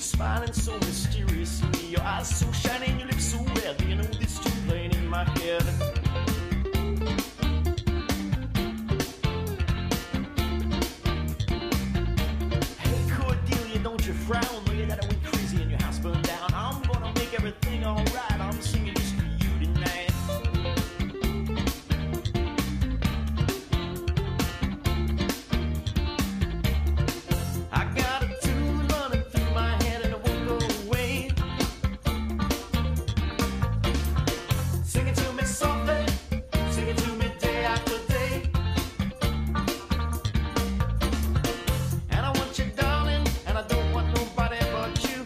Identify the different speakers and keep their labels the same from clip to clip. Speaker 1: smiling so mysteriously. Your eyes so shining, your lips so red. You know this too plain in my head. Hey Cordelia, don't you frown. Look at that, I went crazy and your house burned down. I'm gonna make everything alright. I'm singing this for you tonight. I got a tune running through my head and it won't go away. Sing it to me softly, sing it to me day after day. And I want you, darling, and I don't want nobody but you.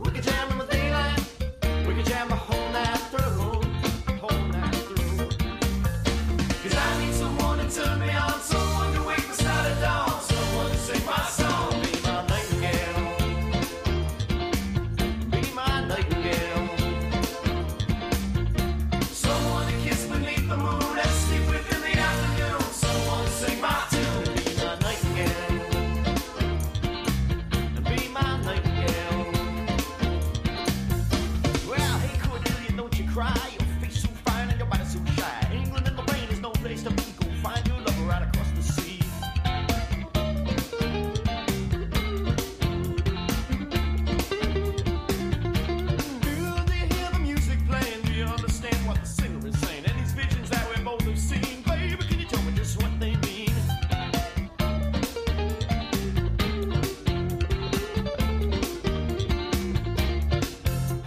Speaker 1: We can jam in the daylight, we can jam the whole night through, whole night through. Cause I need someone to turn me on, someone to wake the start of dawn, someone to sing my song, be my nightingale. Be my nightingale. Someone to kiss beneath the moon and sleep with in the afternoon, someone to sing my tune, be my nightingale. Be my nightingale. Well, hey Cordelia, don't you cry. Your face so fine and your body so shy. England in the rain is no place to be. Go find your lover right across the sea. Do they hear the music playing? Do you understand what the singer is saying? And these visions that we both have seen, baby, can you tell me just what they mean?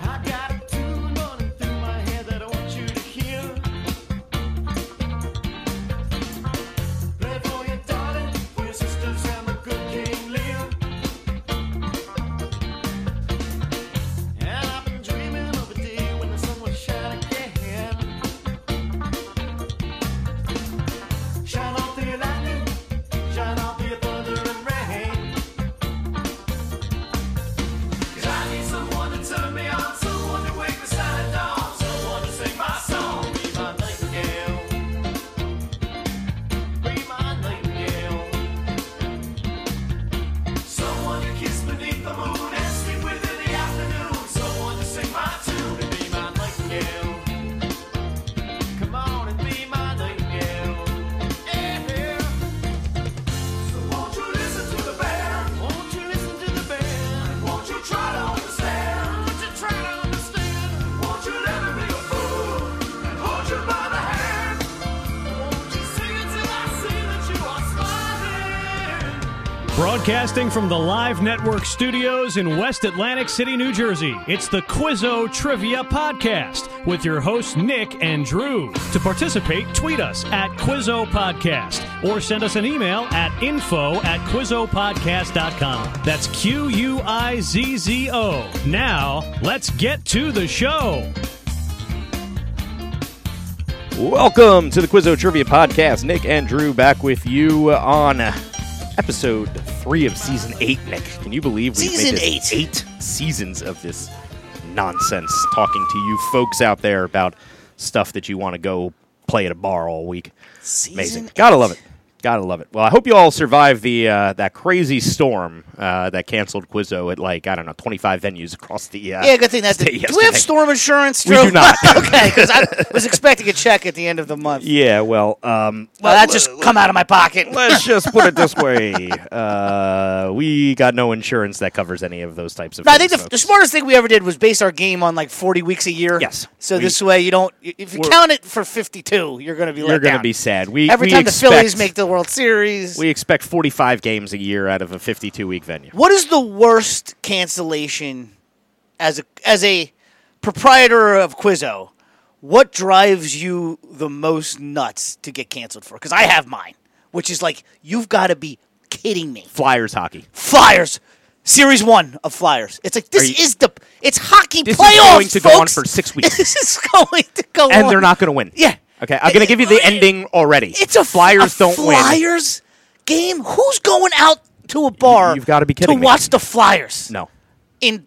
Speaker 1: I got a tune running through my head that I want you to hear. Play it for your darling, for your sisters and the good King Lear. And I've been dreaming of a day when the sun will shine again. Shine on through your lightning, shine on through your thunder and rain. Cause I need someone to turn me on, someone to wake the silent dawn, someone to sing my song. Be my nightingale. Be my nightingale. Someone to kiss beneath the moon and sleep with in the afternoon, someone to sing my tune and be my nightingale. Come on and be my nightingale. Yeah.
Speaker 2: So won't you listen to the band?
Speaker 1: Won't you listen to the band?
Speaker 2: Won't you try to understand?
Speaker 1: Won't you try to understand?
Speaker 2: Won't you let me be a fool and hold you by the hand?
Speaker 1: Won't you sing until I see that you are smiling?
Speaker 3: Broadcasting from the Live Network studios in West Atlantic City, New Jersey, it's the Quizzo Trivia Podcast with your hosts, Nick and Drew. To participate, tweet us at Quizzo Podcast or send us an email at info at QuizzoPodcast.com. That's Q U I Z Z O. Now, let's get to the show.
Speaker 4: Welcome to the Quizzo Trivia Podcast. Nick and Drew back with you on episode three of season eight. Nick, can you believe we've
Speaker 5: Season
Speaker 4: made this eight. seasons of this nonsense talking to you folks out there about stuff that you want to go play at a bar all week? Amazing,
Speaker 5: Season
Speaker 4: gotta
Speaker 5: eight.
Speaker 4: love it. Gotta love it. Well, I hope you all survived the uh, that crazy storm uh, that canceled Quizzo at like I don't know twenty five venues across the uh,
Speaker 5: Yeah, good thing that's.
Speaker 4: state
Speaker 5: Do we have
Speaker 4: yesterday.
Speaker 5: storm insurance?
Speaker 4: We
Speaker 5: Drew?
Speaker 4: do not.
Speaker 5: okay, because I was expecting a check at the end of the month.
Speaker 4: Yeah, well, um,
Speaker 5: Well, that just come out of my pocket.
Speaker 4: Let's just put it this way: uh, we got no insurance that covers any of those types of.
Speaker 5: But I
Speaker 4: things,
Speaker 5: think the,
Speaker 4: folks.
Speaker 5: the smartest thing we ever did was base our game on like 40 weeks a year.
Speaker 4: Yes.
Speaker 5: So
Speaker 4: We-
Speaker 5: this way, you don't. If you
Speaker 4: We're-
Speaker 5: count it for 52, you're going to be
Speaker 4: you're
Speaker 5: let
Speaker 4: going to
Speaker 5: down.
Speaker 4: be sad. We
Speaker 5: Every
Speaker 4: we
Speaker 5: time
Speaker 4: expect,
Speaker 5: the Phillies make the World Series.
Speaker 4: we expect 45 games a year out of a 52 week venue.
Speaker 5: what is the worst cancellation as a as a proprietor of Quizzo? What drives you the most nuts to get canceled for? Because I have mine, which is like you've got to be kidding me.
Speaker 4: Flyers hockey.
Speaker 5: Flyers. Series one of Flyers. It's like this
Speaker 4: you-
Speaker 5: is the it's hockey
Speaker 4: This is
Speaker 5: playoffs.
Speaker 4: going to go on
Speaker 5: folks.
Speaker 4: for six weeks.
Speaker 5: This is going to go
Speaker 4: And
Speaker 5: on.
Speaker 4: they're not going to win.
Speaker 5: Yeah.
Speaker 4: Okay, I'm going to give you the ending already.
Speaker 5: It's a
Speaker 4: Flyers
Speaker 5: a
Speaker 4: don't win.
Speaker 5: Flyers game. Who's going out to a bar?
Speaker 4: you've gotta be kidding
Speaker 5: to
Speaker 4: me.
Speaker 5: watch the Flyers.
Speaker 4: No,
Speaker 5: in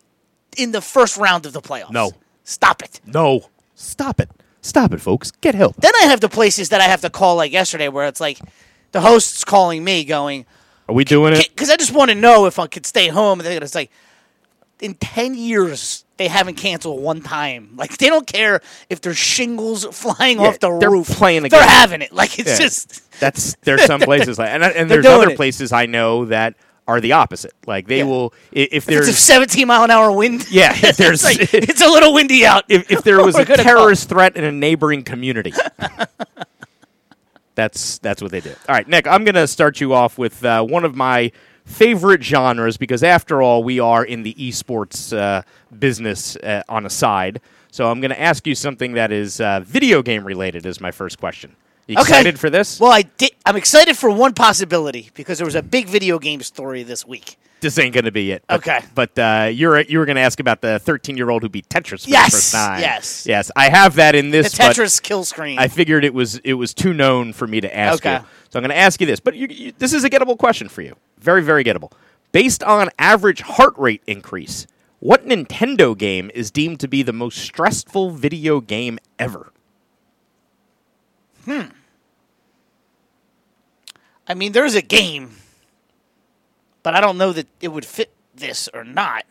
Speaker 5: in the first round of the playoffs.
Speaker 4: No.
Speaker 5: Stop it.
Speaker 4: no. Stop it. Stop it, folks. Get help.
Speaker 5: Then I have the places that I have to call like yesterday where it's like the host's calling me going,
Speaker 4: Are we doing it?
Speaker 5: because I just want to know if I could stay home. And they're gonna say, in ten years they haven't canceled one time. Like they don't care if there's shingles flying
Speaker 4: Yeah,
Speaker 5: off the
Speaker 4: they're
Speaker 5: roof.
Speaker 4: playing a
Speaker 5: they're
Speaker 4: game.
Speaker 5: having it. Like it's
Speaker 4: Yeah.
Speaker 5: just
Speaker 4: That's there's some places like and, I- and there's
Speaker 5: doing
Speaker 4: other
Speaker 5: it.
Speaker 4: places I know that are the opposite. Like they
Speaker 5: Yeah.
Speaker 4: will i- if
Speaker 5: it's
Speaker 4: there's
Speaker 5: a seventeen mile an hour wind.
Speaker 4: yeah if
Speaker 5: it's
Speaker 4: there's
Speaker 5: like it's a little windy out.
Speaker 4: if, if there was
Speaker 5: We're
Speaker 4: a
Speaker 5: gonna call.
Speaker 4: terrorist threat in a neighboring community. that's that's what they do. All right, Nick, I'm going to start you off with uh, one of my favorite genres because after all, we are in the esports uh, business uh, on a side. So I'm going to ask you something that is uh, video game related. Is my first question. You
Speaker 5: Okay.
Speaker 4: excited for this?
Speaker 5: Well, I did. I'm excited for one possibility because there was a big video game story this week.
Speaker 4: this ain't going to be it. But-
Speaker 5: Okay.
Speaker 4: But uh, you're you were going to ask about the 13 year old who beat Tetris for
Speaker 5: Yes,
Speaker 4: the first time.
Speaker 5: yes.
Speaker 4: Yes. I have that in
Speaker 5: The
Speaker 4: this. but-
Speaker 5: Tetris kill screen.
Speaker 4: I figured it was it was too known for me to ask
Speaker 5: Okay.
Speaker 4: you. So I'm going to ask you this, but you, you, this is a gettable question for you. Very very gettable. Based on average heart rate increase, what Nintendo game is deemed to be the most stressful video game ever?
Speaker 5: I mean, there's a game, but I don't know that it would fit this or not.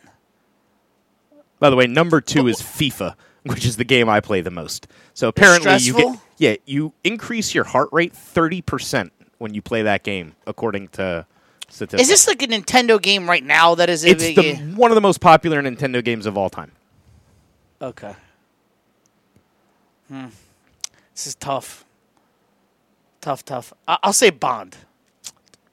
Speaker 4: By the way, number 2 is FIFA, which is the game I play the most. So apparently you get
Speaker 5: stressful?
Speaker 4: yeah, you increase your heart rate 30% when you play that game according to statistics.
Speaker 5: Is this like a Nintendo game right now that is a
Speaker 4: it's
Speaker 5: big
Speaker 4: the, one of the most popular Nintendo games of all time.
Speaker 5: Okay. Hmm. This is tough. Tough, tough. I- I'll say Bond.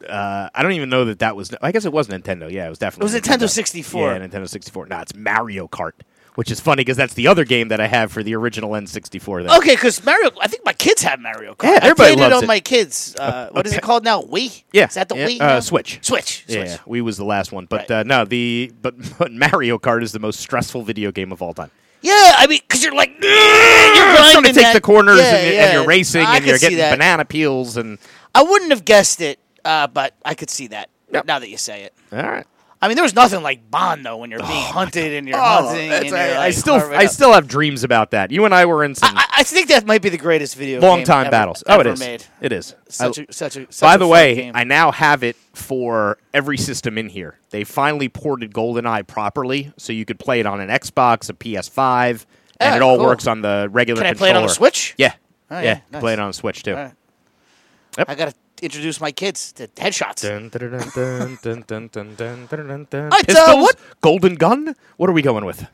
Speaker 4: I don't even know that that was. I guess it was Nintendo. Yeah, it was definitely.
Speaker 5: It was Nintendo 64.
Speaker 4: Yeah, Nintendo 64. No, it's Mario Kart, which is funny because that's the other game that I have for the original N64. Then.
Speaker 5: Okay, because Mario. I think my kids have Mario Kart.
Speaker 4: Yeah,
Speaker 5: I
Speaker 4: everybody
Speaker 5: played it
Speaker 4: loves
Speaker 5: on
Speaker 4: it. Oh,
Speaker 5: my kids. Uh, what is it called now? Wii.
Speaker 4: Yeah,
Speaker 5: Is that the
Speaker 4: yeah,
Speaker 5: Wii?
Speaker 4: uh,
Speaker 5: now?
Speaker 4: Switch.
Speaker 5: Switch.
Speaker 4: Yeah,
Speaker 5: Switch.
Speaker 4: we was the last one, but
Speaker 5: Right.
Speaker 4: uh, no, the but, but Mario Kart is the most stressful video game of all time.
Speaker 5: Yeah, I mean, because you're like you're
Speaker 4: It's
Speaker 5: grinding
Speaker 4: gonna take
Speaker 5: that-
Speaker 4: the corners
Speaker 5: yeah,
Speaker 4: and, you're,
Speaker 5: yeah.
Speaker 4: and you're racing
Speaker 5: I
Speaker 4: and you're
Speaker 5: could see
Speaker 4: getting
Speaker 5: that.
Speaker 4: banana peels and
Speaker 5: I wouldn't have guessed it, uh, but I could see that now that you say it.
Speaker 4: all right.
Speaker 5: I mean, there was nothing like Bond though when you're
Speaker 4: Oh,
Speaker 5: being hunted and you're hunting. and
Speaker 4: that's-
Speaker 5: you're,
Speaker 4: I, I
Speaker 5: Oh, like,
Speaker 4: still
Speaker 5: carving
Speaker 4: I
Speaker 5: up.
Speaker 4: still have dreams about that. You and I were in some
Speaker 5: I, I think that might be the greatest video.
Speaker 4: long
Speaker 5: game
Speaker 4: time
Speaker 5: ever-
Speaker 4: battles. oh, it
Speaker 5: ever
Speaker 4: is.
Speaker 5: Made.
Speaker 4: It is.
Speaker 5: Such
Speaker 4: I-
Speaker 5: a such a. Such
Speaker 4: By
Speaker 5: a
Speaker 4: the
Speaker 5: fun
Speaker 4: way,
Speaker 5: game.
Speaker 4: I now have it for every system in here. They finally ported GoldenEye properly, so you could play it on an Xbox, a PS5, and
Speaker 5: Ah,
Speaker 4: it all
Speaker 5: cool.
Speaker 4: works on the regular.
Speaker 5: Can I play
Speaker 4: controller.
Speaker 5: it on a Switch?
Speaker 4: Yeah,
Speaker 5: Oh,
Speaker 4: yeah,
Speaker 5: yeah,
Speaker 4: you can
Speaker 5: nice.
Speaker 4: play it on a Switch too.
Speaker 5: right. I gotta introduce my kids to headshots.
Speaker 4: Dun, dun, dun, dun, dun, dun, dun, dun, dun, dun, dun.
Speaker 5: Alright, uh,
Speaker 4: Pistols?
Speaker 5: what-
Speaker 4: golden gun? What are we going with?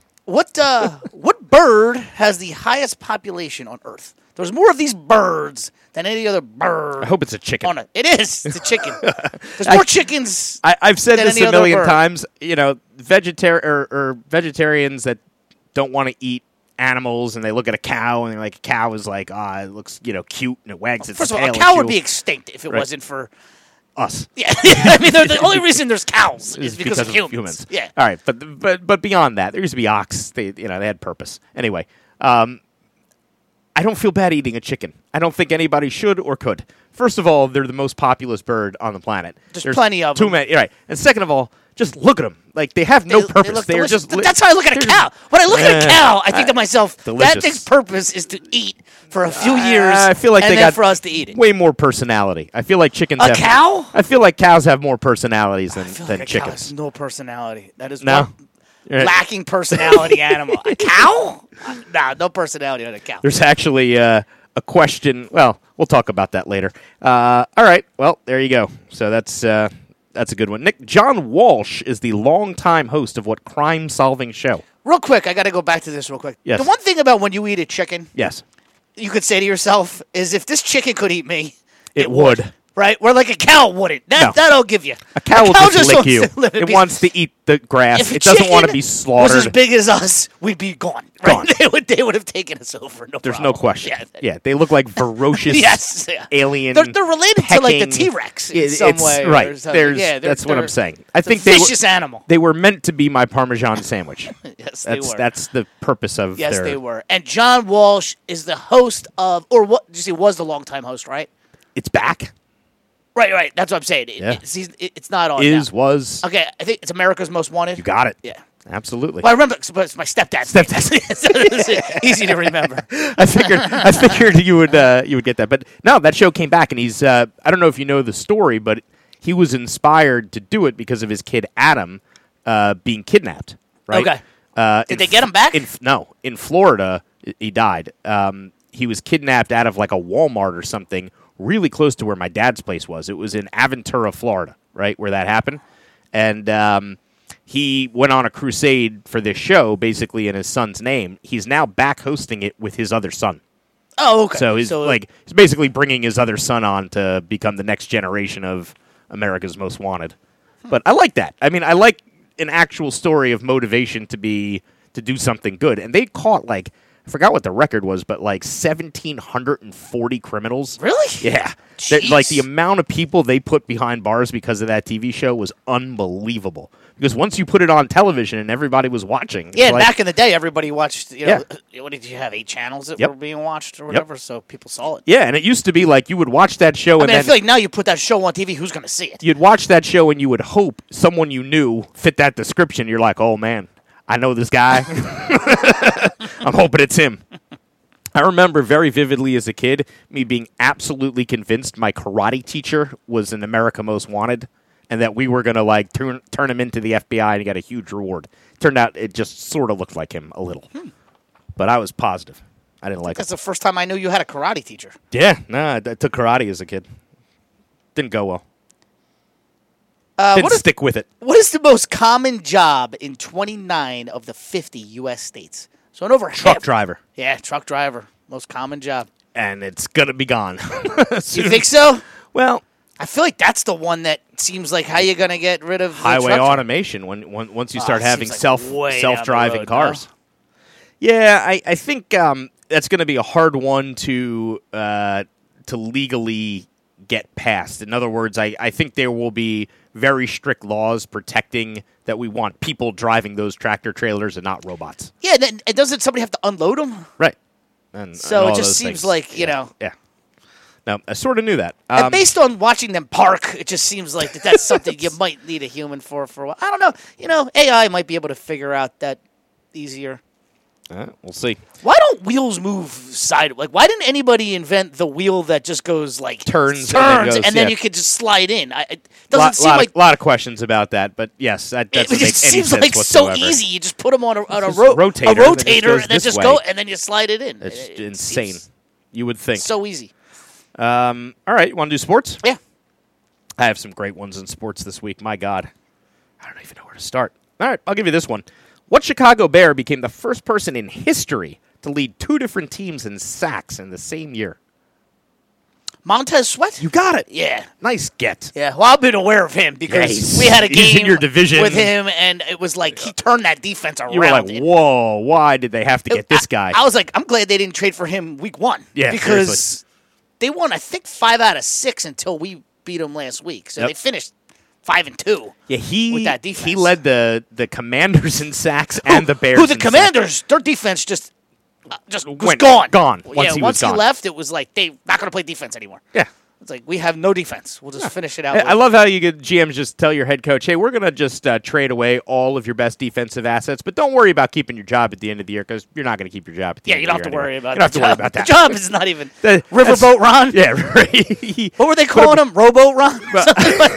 Speaker 5: What uh, what bird has the highest population on Earth? There's more of these birds than any other bird.
Speaker 4: I hope it's a chicken.
Speaker 5: on it. It is. It's a chicken. There's more chickens.
Speaker 4: I, I've said
Speaker 5: than
Speaker 4: this
Speaker 5: any
Speaker 4: a
Speaker 5: other
Speaker 4: million
Speaker 5: bird.
Speaker 4: times. You know, vegetarian or, or vegetarians that don't want to eat animals, and they look at a cow, and they're like, a "Cow is like, ah, it looks you know cute, and it wags its
Speaker 5: First of
Speaker 4: tail."
Speaker 5: all, a
Speaker 4: and
Speaker 5: cow would
Speaker 4: chew."
Speaker 5: be extinct if it
Speaker 4: Right.
Speaker 5: wasn't for.
Speaker 4: us.
Speaker 5: Yeah, I mean, they're the only reason there's cows
Speaker 4: It's
Speaker 5: is, because, of humans. Yeah.
Speaker 4: All right, but th- but but beyond that, there used to be ox. They you know they had purpose. Anyway, um, I don't feel bad eating a chicken. I don't think anybody should or could. First of all, they're the most populous bird on the planet.
Speaker 5: There's plenty of
Speaker 4: too
Speaker 5: them.
Speaker 4: many. Right, and second of all, just look at them. Like they have no
Speaker 5: They- they
Speaker 4: purpose.
Speaker 5: look
Speaker 4: They, are
Speaker 5: delicious.
Speaker 4: just.
Speaker 5: Th-
Speaker 4: li-
Speaker 5: That's how I look at a
Speaker 4: they're-
Speaker 5: cow. When I look at a
Speaker 4: Uh,
Speaker 5: cow, I think to myself, that
Speaker 4: delicious.
Speaker 5: thing's purpose is to eat for a few years.
Speaker 4: I feel like
Speaker 5: and
Speaker 4: they
Speaker 5: then
Speaker 4: got
Speaker 5: for us to eat it.
Speaker 4: Way more personality. I feel like chickens.
Speaker 5: A
Speaker 4: have-
Speaker 5: cow?
Speaker 4: I feel like cows have more personalities than,
Speaker 5: I feel
Speaker 4: than
Speaker 5: like a cow
Speaker 4: chickens.
Speaker 5: has no personality. That is
Speaker 4: No?
Speaker 5: one
Speaker 4: Right.
Speaker 5: lacking personality animal. A cow? Uh, Nah, no personality on a cow.
Speaker 4: There's actually uh, a question. Well, we'll talk about that later. Uh, all right. Well, there you go. So that's uh, that's a good one. Nick John Walsh is the longtime host of what crime solving show.
Speaker 5: Real quick, I got to go back to this real quick.
Speaker 4: Yes.
Speaker 5: The one thing about when you eat a chicken,
Speaker 4: Yes,
Speaker 5: you could say to yourself, is if this chicken could eat me,
Speaker 4: it, would.
Speaker 5: right? Where like a cow wouldn't. That
Speaker 4: No.
Speaker 5: that'll give you.
Speaker 4: A cow will just lick
Speaker 5: wants
Speaker 4: you.
Speaker 5: to live in
Speaker 4: It
Speaker 5: peace.
Speaker 4: wants to eat the grass.
Speaker 5: If a
Speaker 4: It doesn't want to
Speaker 5: chicken
Speaker 4: be
Speaker 5: Was as
Speaker 4: slaughtered.
Speaker 5: big as us, we'd be gone. Right?
Speaker 4: Gone.
Speaker 5: They would. They would have taken us over. No
Speaker 4: There's no
Speaker 5: problem.
Speaker 4: question.
Speaker 5: Oh, Yeah.
Speaker 4: Yeah, they look like ferocious
Speaker 5: Yes, yeah.
Speaker 4: alien.
Speaker 5: They're, they're related to like the
Speaker 4: pecking-
Speaker 5: T Rex in
Speaker 4: It-
Speaker 5: some
Speaker 4: it's-
Speaker 5: way.
Speaker 4: Right.
Speaker 5: Or something.
Speaker 4: There's,
Speaker 5: yeah, they're-
Speaker 4: that's what
Speaker 5: they're-
Speaker 4: I'm saying. I
Speaker 5: it's a
Speaker 4: think they
Speaker 5: vicious
Speaker 4: were,
Speaker 5: animal.
Speaker 4: They were meant to be my Parmesan sandwich.
Speaker 5: yes, they
Speaker 4: that's
Speaker 5: were.
Speaker 4: that's the purpose of
Speaker 5: yes,
Speaker 4: their,
Speaker 5: they were. And John Walsh is the host of, or what? You see, was the longtime host, right?
Speaker 4: It's back.
Speaker 5: Right, right. That's what I'm saying. It-
Speaker 4: Yeah.
Speaker 5: it's, he's- it- it's not on.
Speaker 4: Is
Speaker 5: now.
Speaker 4: was
Speaker 5: Oh, okay. I think it's America's Most Wanted.
Speaker 4: you got it.
Speaker 5: Yeah.
Speaker 4: Absolutely.
Speaker 5: Well, I remember it's it's my stepdad's.
Speaker 4: Stepdad's.
Speaker 5: name. So it's easy to remember.
Speaker 4: I figured I figured you would uh, you would get that. But no, that show came back and he's uh, I don't know if you know the story, but he was inspired to do it because of his kid Adam uh, being kidnapped. Right?
Speaker 5: Okay.
Speaker 4: Uh,
Speaker 5: Did
Speaker 4: in
Speaker 5: they
Speaker 4: F-
Speaker 5: get him back?
Speaker 4: In, F- no, in Florida, i- he died. Um, he was kidnapped out of like a Walmart or something, really close to where my dad's place was. It was in Aventura, Florida, right where that happened. And um, he went on a crusade for this show, basically in his son's name. He's now back hosting it with his other son.
Speaker 5: Oh, okay.
Speaker 4: So he's like he's basically bringing his other son on to become the next generation of America's Most Wanted.
Speaker 5: Hmm.
Speaker 4: But I like that. I mean, I like an actual story of motivation to be to do something good. And they caught like I forgot what the record was, but like seventeen hundred and forty criminals.
Speaker 5: Really?
Speaker 4: Yeah. That- like the
Speaker 5: Jeez.
Speaker 4: amount of people they put behind bars because of that TV show was unbelievable. Because once you put it on television and everybody was watching, it's
Speaker 5: Yeah,
Speaker 4: like-
Speaker 5: back in the day, everybody watched. You know, uh, what did you have? Eight channels that
Speaker 4: Yep.
Speaker 5: were being watched or whatever, so people saw it.
Speaker 4: yeah, and it used to be like you would watch that show
Speaker 5: I
Speaker 4: and
Speaker 5: mean, I
Speaker 4: then
Speaker 5: feel like now you put that show on TV, who's going to see it?
Speaker 4: you'd watch that show and you would hope someone you knew fit that description. You're like, oh man, I know this guy. I'm hoping it's him. I remember very vividly as a kid me being absolutely convinced my karate teacher was an America Most Wanted and that we were going to like turn, turn him into the FBI and he got a huge reward. Turned out it just sort of looked like him a little. But I was positive. I didn't like him.
Speaker 5: That's the first time I knew you had a karate teacher.
Speaker 4: Yeah, nah, I I took karate as a kid. Didn't go well.
Speaker 5: Uh,
Speaker 4: Didn't
Speaker 5: what, is,
Speaker 4: stick with it.
Speaker 5: what is the most common job in 29 of the 50 U.S. states? So in over
Speaker 4: Truck
Speaker 5: half-
Speaker 4: driver.
Speaker 5: Yeah, truck driver. Most common job.
Speaker 4: and it's gonna be gone.
Speaker 5: You think so?
Speaker 4: well,
Speaker 5: I feel like that's the one that seems like how you going to get rid of the
Speaker 4: highway
Speaker 5: truck driver?
Speaker 4: automation when, when once you start
Speaker 5: it
Speaker 4: having
Speaker 5: seems like
Speaker 4: self
Speaker 5: way down the
Speaker 4: self driving
Speaker 5: road,
Speaker 4: cars. Yeah, I I think um, that's gonna be a hard one to uh, to legally get passed. In other words, I I think there will be very strict laws protecting that we want people driving those tractor trailers and not robots.
Speaker 5: Yeah, then, and doesn't somebody have to unload them?
Speaker 4: Right. And,
Speaker 5: So
Speaker 4: and
Speaker 5: it
Speaker 4: all
Speaker 5: just
Speaker 4: those
Speaker 5: seems
Speaker 4: things.
Speaker 5: like, you
Speaker 4: Yeah.
Speaker 5: know-
Speaker 4: Yeah. No, I sort of knew that.
Speaker 5: And
Speaker 4: Um,
Speaker 5: based on watching them park, it just seems like that that's something you might need a human for for a while. I don't know. You know, AI might be able to figure out that easier.
Speaker 4: uh, we'll see.
Speaker 5: Why don't wheels move side? Like, why didn't anybody invent the wheel that just goes like
Speaker 4: Turns and then
Speaker 5: turns, and then,
Speaker 4: goes, yeah.
Speaker 5: you could just slide in? I, it doesn't
Speaker 4: lot,
Speaker 5: seem
Speaker 4: lot
Speaker 5: like
Speaker 4: of, lot of questions about that, but yes, that
Speaker 5: it,
Speaker 4: doesn't make any
Speaker 5: just seems
Speaker 4: sense
Speaker 5: like
Speaker 4: whatsoever.
Speaker 5: so easy. You just put them on a on a,
Speaker 4: Just
Speaker 5: ro-
Speaker 4: rotator,
Speaker 5: a
Speaker 4: and it just
Speaker 5: rotator,
Speaker 4: goes
Speaker 5: and then
Speaker 4: this
Speaker 5: just
Speaker 4: way.
Speaker 5: go, and then you slide it in.
Speaker 4: It's
Speaker 5: It- it
Speaker 4: insane.
Speaker 5: seems
Speaker 4: You would think.
Speaker 5: So easy.
Speaker 4: um, all right, want to do sports?
Speaker 5: Yeah.
Speaker 4: I have some great ones in sports this week. My God, I don't even know where to start. All right, I'll give you this one. What Chicago Bear became the first person in history to lead two different teams in sacks in the same year?
Speaker 5: Montez Sweat.
Speaker 4: You got it.
Speaker 5: yeah.
Speaker 4: Nice get.
Speaker 5: Yeah, well, I've been aware of him because
Speaker 4: Nice.
Speaker 5: we had a
Speaker 4: He's
Speaker 5: game
Speaker 4: in your division.
Speaker 5: with him, and it was like he turned that defense around.
Speaker 4: You were like,
Speaker 5: It-
Speaker 4: whoa, why did they have to
Speaker 5: it-
Speaker 4: get this
Speaker 5: I-
Speaker 4: guy?
Speaker 5: I, was like, I'm glad they didn't trade for him week one.
Speaker 4: Yeah,
Speaker 5: because
Speaker 4: seriously.
Speaker 5: they won, I think, five out of six until we beat them last week. So
Speaker 4: Yep.
Speaker 5: they finished five and two.
Speaker 4: yeah, he
Speaker 5: with that
Speaker 4: he
Speaker 5: defense.
Speaker 4: led the the Commanders in sacks and the Bears.
Speaker 5: Who the
Speaker 4: in sacks.
Speaker 5: Commanders? Their defense just. uh, Just was
Speaker 4: Went-
Speaker 5: gone.
Speaker 4: gone
Speaker 5: Yeah,
Speaker 4: once he was gone.
Speaker 5: left, it was like they not going to play defense anymore.
Speaker 4: Yeah.
Speaker 5: It's like we have no defense. We'll just finish it out.
Speaker 4: I-
Speaker 5: with-
Speaker 4: I love how you could GMs just tell your head coach, "Hey, we're gonna just uh, trade away all of your best defensive assets, but don't worry about keeping your job at the end of the year because you're not gonna keep your job." At the
Speaker 5: yeah,
Speaker 4: end
Speaker 5: you
Speaker 4: of the
Speaker 5: don't have to
Speaker 4: year
Speaker 5: worry
Speaker 4: anyway.
Speaker 5: about.
Speaker 4: You don't have
Speaker 5: the
Speaker 4: to worry
Speaker 5: job.
Speaker 4: about that.
Speaker 5: The job is not even
Speaker 4: That-
Speaker 5: Riverboat Ron.
Speaker 4: Yeah, right.
Speaker 5: What were they
Speaker 4: a-
Speaker 5: calling him? Robo Ron? Something like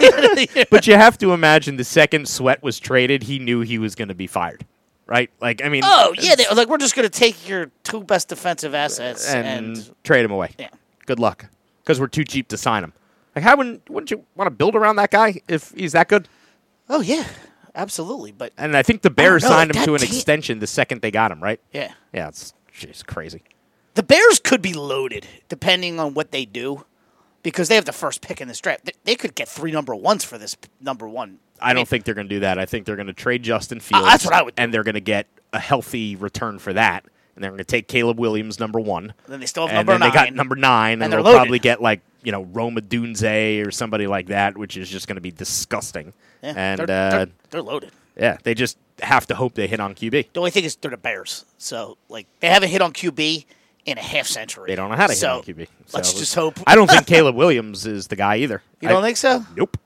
Speaker 5: that.
Speaker 4: but you have to imagine the second Sweat was traded, he knew he was gonna be fired, right? Like, I mean,
Speaker 5: oh yeah, they, like we're just gonna take your two best defensive assets
Speaker 4: and,
Speaker 5: and,
Speaker 4: trade him away.
Speaker 5: Yeah.
Speaker 4: Good luck, because we're too cheap to sign him. Like, how wouldn't, wouldn't you want to build around that guy if he's that good?
Speaker 5: oh yeah, absolutely. But
Speaker 4: And I think the Bears
Speaker 5: know,
Speaker 4: signed
Speaker 5: that
Speaker 4: him to an
Speaker 5: team-
Speaker 4: extension the second they got him, right?
Speaker 5: yeah,
Speaker 4: Yeah, it's jeez, crazy.
Speaker 5: the Bears could be loaded depending on what they do because they have the first pick in this draft. They, they could get three number ones for this p- number one.
Speaker 4: I don't think they're going to do that. I think they're going to trade Justin Fields.
Speaker 5: Uh, that's what I would do.
Speaker 4: And they're going to get a healthy return for that. And they're going to take Caleb Williams, number one.
Speaker 5: Then they still have
Speaker 4: and
Speaker 5: number
Speaker 4: then they got
Speaker 5: nine.
Speaker 4: number nine, and,
Speaker 5: And
Speaker 4: they'll
Speaker 5: they're loaded.
Speaker 4: probably get like you know Roma Dunze or somebody like that, which is just going to be disgusting.
Speaker 5: Yeah,
Speaker 4: and
Speaker 5: they're, they're-
Speaker 4: uh,
Speaker 5: they're loaded.
Speaker 4: yeah, they just have to hope they hit on QB.
Speaker 5: The only thing is they're the Bears, so like they haven't hit on QB in a half century.
Speaker 4: They don't know how to
Speaker 5: So,
Speaker 4: hit on QB. So
Speaker 5: Let's
Speaker 4: it's-
Speaker 5: just hope.
Speaker 4: I don't think Caleb Williams is the guy either.
Speaker 5: you don't think so?
Speaker 4: Nope.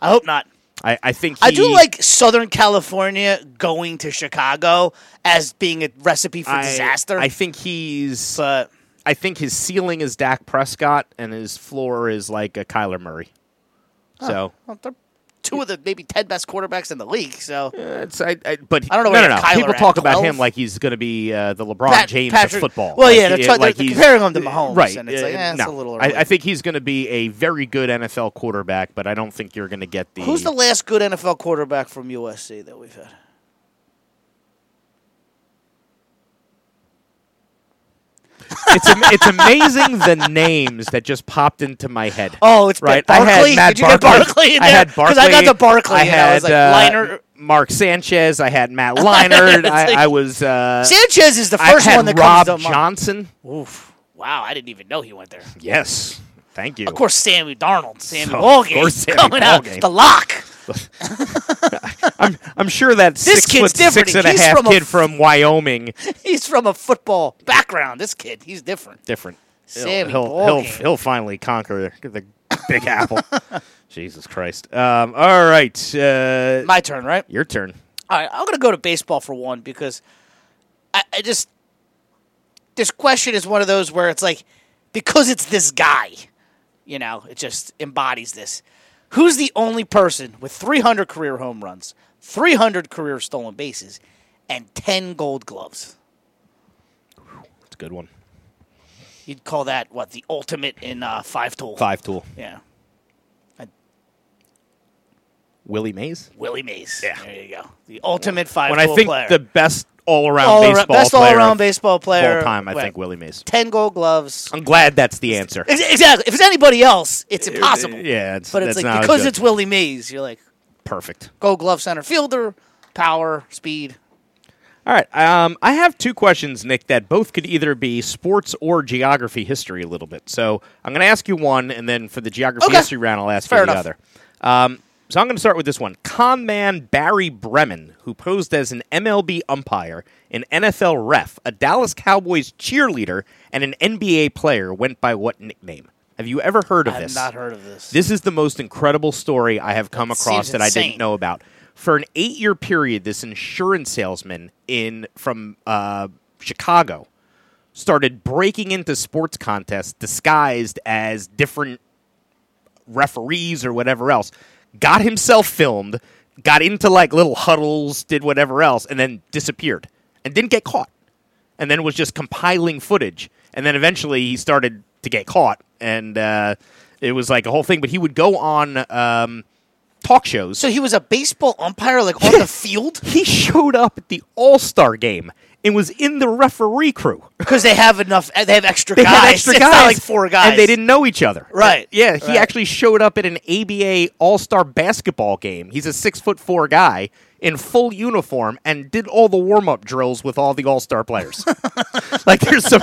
Speaker 5: I hope not.
Speaker 4: I, I think
Speaker 5: I do
Speaker 4: he-
Speaker 5: like Southern California going to Chicago as being a recipe for
Speaker 4: I-
Speaker 5: disaster.
Speaker 4: I think he's
Speaker 5: but
Speaker 4: I think his ceiling is Dak Prescott and his floor is like a Kyler Murray. So
Speaker 5: Well, they're two of the maybe ten best quarterbacks in the league. So
Speaker 4: it's I, I but
Speaker 5: I don't know
Speaker 4: No,
Speaker 5: where
Speaker 4: no, no.
Speaker 5: Kyler
Speaker 4: People
Speaker 5: at,
Speaker 4: talk about
Speaker 5: 12?
Speaker 4: him like he's going to be uh, the LeBron
Speaker 5: Pat-
Speaker 4: James
Speaker 5: Patrick-
Speaker 4: of football.
Speaker 5: Well,
Speaker 4: Like,
Speaker 5: yeah, they're
Speaker 4: it-
Speaker 5: try- they're
Speaker 4: he's-
Speaker 5: comparing him to Mahomes,
Speaker 4: right?
Speaker 5: and it's like,
Speaker 4: uh,
Speaker 5: eh, it's
Speaker 4: no.
Speaker 5: a little
Speaker 4: I,
Speaker 5: early.
Speaker 4: I think he's going to be a very good NFL quarterback, but I don't think you're going to get the.
Speaker 5: who's the last good NFL quarterback from USC that we've had?
Speaker 4: it's am- it's amazing the names that just popped into my head.
Speaker 5: Oh, it's
Speaker 4: right.
Speaker 5: Barkley.
Speaker 4: I had Matt
Speaker 5: Did you get
Speaker 4: Barkley.
Speaker 5: Barkley in
Speaker 4: I
Speaker 5: there?
Speaker 4: had Barkley.
Speaker 5: I got the Barkley.
Speaker 4: I
Speaker 5: and
Speaker 4: had
Speaker 5: I was like,
Speaker 4: uh,
Speaker 5: Liner.
Speaker 4: Mark Sanchez. I had Matt Leinart.
Speaker 5: It's
Speaker 4: I,
Speaker 5: like-
Speaker 4: I was. Uh,
Speaker 5: Sanchez is the
Speaker 4: I
Speaker 5: first
Speaker 4: had
Speaker 5: one that
Speaker 4: Rob
Speaker 5: comes to mind.
Speaker 4: Johnson.
Speaker 5: Oof. Wow, I didn't even know he went there.
Speaker 4: Yes. Thank you.
Speaker 5: Of course, Sammy Darnold, Sammy
Speaker 4: So, of
Speaker 5: Ballgame
Speaker 4: course, Sammy
Speaker 5: coming out
Speaker 4: Ballgame.
Speaker 5: the lock.
Speaker 4: I'm sure that
Speaker 5: This
Speaker 4: six
Speaker 5: kid's
Speaker 4: foot six
Speaker 5: different.
Speaker 4: and a
Speaker 5: He's
Speaker 4: half
Speaker 5: from a
Speaker 4: kid
Speaker 5: f-
Speaker 4: from Wyoming
Speaker 5: He's from a football background. This kid, he's different.
Speaker 4: different. He'll-
Speaker 5: Sammy
Speaker 4: he'll he'll,
Speaker 5: Ballgame.
Speaker 4: he'll finally conquer the Big Apple. Jesus Christ. Um, all right, uh,
Speaker 5: My turn, right?
Speaker 4: your turn.
Speaker 5: All right, I'm going to go to baseball for one because I, I just this question is one of those where it's like because it's this guy, you know, it just embodies this. Who's the only person with 300 career home runs, 300 career stolen bases, and 10 Gold Gloves?
Speaker 4: It's a good one.
Speaker 5: You'd call that what the ultimate in uh, five tool?
Speaker 4: Five tool.
Speaker 5: Yeah,
Speaker 4: Willie Mays.
Speaker 5: Willie Mays.
Speaker 4: Yeah.
Speaker 5: there you go. The ultimate five.
Speaker 4: When I
Speaker 5: tool
Speaker 4: think
Speaker 5: player.
Speaker 4: the best all around
Speaker 5: All around-
Speaker 4: baseball
Speaker 5: best
Speaker 4: player
Speaker 5: all around
Speaker 4: of
Speaker 5: baseball player
Speaker 4: all time, I
Speaker 5: well,
Speaker 4: think Willie Mays.
Speaker 5: 10 Gold Gloves.
Speaker 4: I'm glad that's the answer.
Speaker 5: Ex- Exactly. If it's anybody else, it's impossible.
Speaker 4: Yeah, it's,
Speaker 5: But
Speaker 4: that's
Speaker 5: it's
Speaker 4: not
Speaker 5: like
Speaker 4: as
Speaker 5: because
Speaker 4: good.
Speaker 5: it's Willie Mays, you're like
Speaker 4: perfect.
Speaker 5: Gold Glove center fielder, power, speed.
Speaker 4: All right. Um, I have two questions, Nick, that both could either be sports or geography history a little bit. So I'm going to ask you one, and then for the geography
Speaker 5: Okay.
Speaker 4: history round, I'll ask
Speaker 5: Fair
Speaker 4: you the
Speaker 5: enough.
Speaker 4: other. Um, so I'm going to start with this one. Con man Barry Bremen, who posed as an MLB umpire, an NFL ref, a Dallas Cowboys cheerleader, and an NBA player, went by what nickname? Have you ever heard of
Speaker 5: I have
Speaker 4: this?
Speaker 5: not heard of this.
Speaker 4: This is the most incredible story I have come
Speaker 5: That
Speaker 4: across
Speaker 5: seems
Speaker 4: that I
Speaker 5: insane.
Speaker 4: didn't know about. For an eight-year period, this insurance salesman in from uh, Chicago started breaking into sports contests disguised as different referees or whatever else. Got himself filmed, got into like little huddles, did whatever else, and then disappeared and didn't get caught. And then was just compiling footage. And then eventually he started to get caught, and uh, it was like a whole thing. But he would go on um, talk shows.
Speaker 5: so he was a baseball umpire, like on the field,
Speaker 4: he showed up at the All Star game and was in the referee crew.
Speaker 5: because they have enough. uh, They have extra
Speaker 4: they
Speaker 5: guys.
Speaker 4: had extra
Speaker 5: it's
Speaker 4: guys,
Speaker 5: not like four guys.
Speaker 4: and they didn't know each other.
Speaker 5: Right.
Speaker 4: Yeah, he
Speaker 5: Right.
Speaker 4: actually showed up at an ABA All Star basketball game. He's a six foot four guy in full uniform and did all the warm up drills with all the All Star players. like there's some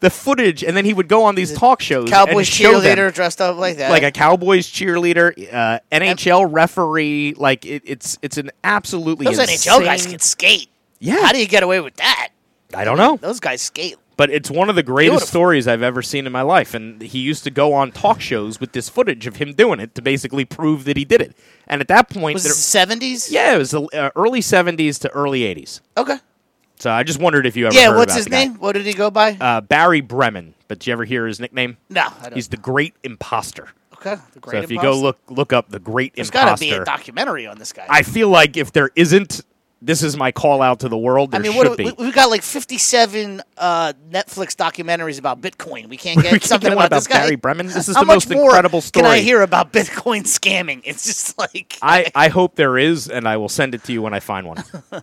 Speaker 4: the footage, and then he would go on these talk shows. and
Speaker 5: Cowboys
Speaker 4: show them,
Speaker 5: cheerleader dressed up like that.
Speaker 4: Like a Cowboys cheerleader, uh, NHL referee, like it, it's it's an absolutely
Speaker 5: those
Speaker 4: insane,
Speaker 5: NHL guys can skate.
Speaker 4: Yeah.
Speaker 5: How do you get away with that?
Speaker 4: I don't know.
Speaker 5: Those guys skate.
Speaker 4: But it's one of the greatest
Speaker 5: Beautiful.
Speaker 4: stories I've ever seen in my life. And he used to go on talk shows with this footage of him doing it to basically prove that he did it. And at that point,
Speaker 5: Was
Speaker 4: there-
Speaker 5: it seventies?
Speaker 4: yeah, it was the uh, early 70s to early 80s.
Speaker 5: Okay.
Speaker 4: So I just wondered if you ever
Speaker 5: Yeah.
Speaker 4: heard
Speaker 5: What's
Speaker 4: about
Speaker 5: his
Speaker 4: the guy.
Speaker 5: name? What did he go by?
Speaker 4: Uh, Barry Bremen. But did you ever hear his nickname?
Speaker 5: no, I don't.
Speaker 4: He's the Great Imposter.
Speaker 5: okay. The
Speaker 4: so
Speaker 5: great
Speaker 4: if you go
Speaker 5: imposter.
Speaker 4: look look up the Great
Speaker 5: there's got to
Speaker 4: Imposter,
Speaker 5: be a documentary on this guy.
Speaker 4: I feel like if there isn't, this is my call out to the world.
Speaker 5: I
Speaker 4: There
Speaker 5: mean,
Speaker 4: should
Speaker 5: what do
Speaker 4: be.
Speaker 5: we, we- we've got like 57 uh, Netflix documentaries about Bitcoin. We can't get
Speaker 4: We can't
Speaker 5: something
Speaker 4: get
Speaker 5: about,
Speaker 4: one
Speaker 5: this guy.
Speaker 4: Barry Bremen. This is
Speaker 5: How
Speaker 4: the
Speaker 5: much
Speaker 4: most
Speaker 5: more
Speaker 4: incredible story.
Speaker 5: can I hear about Bitcoin scamming? It's just like uh,
Speaker 4: I, I hope there is, and I will send it to you when I find one. All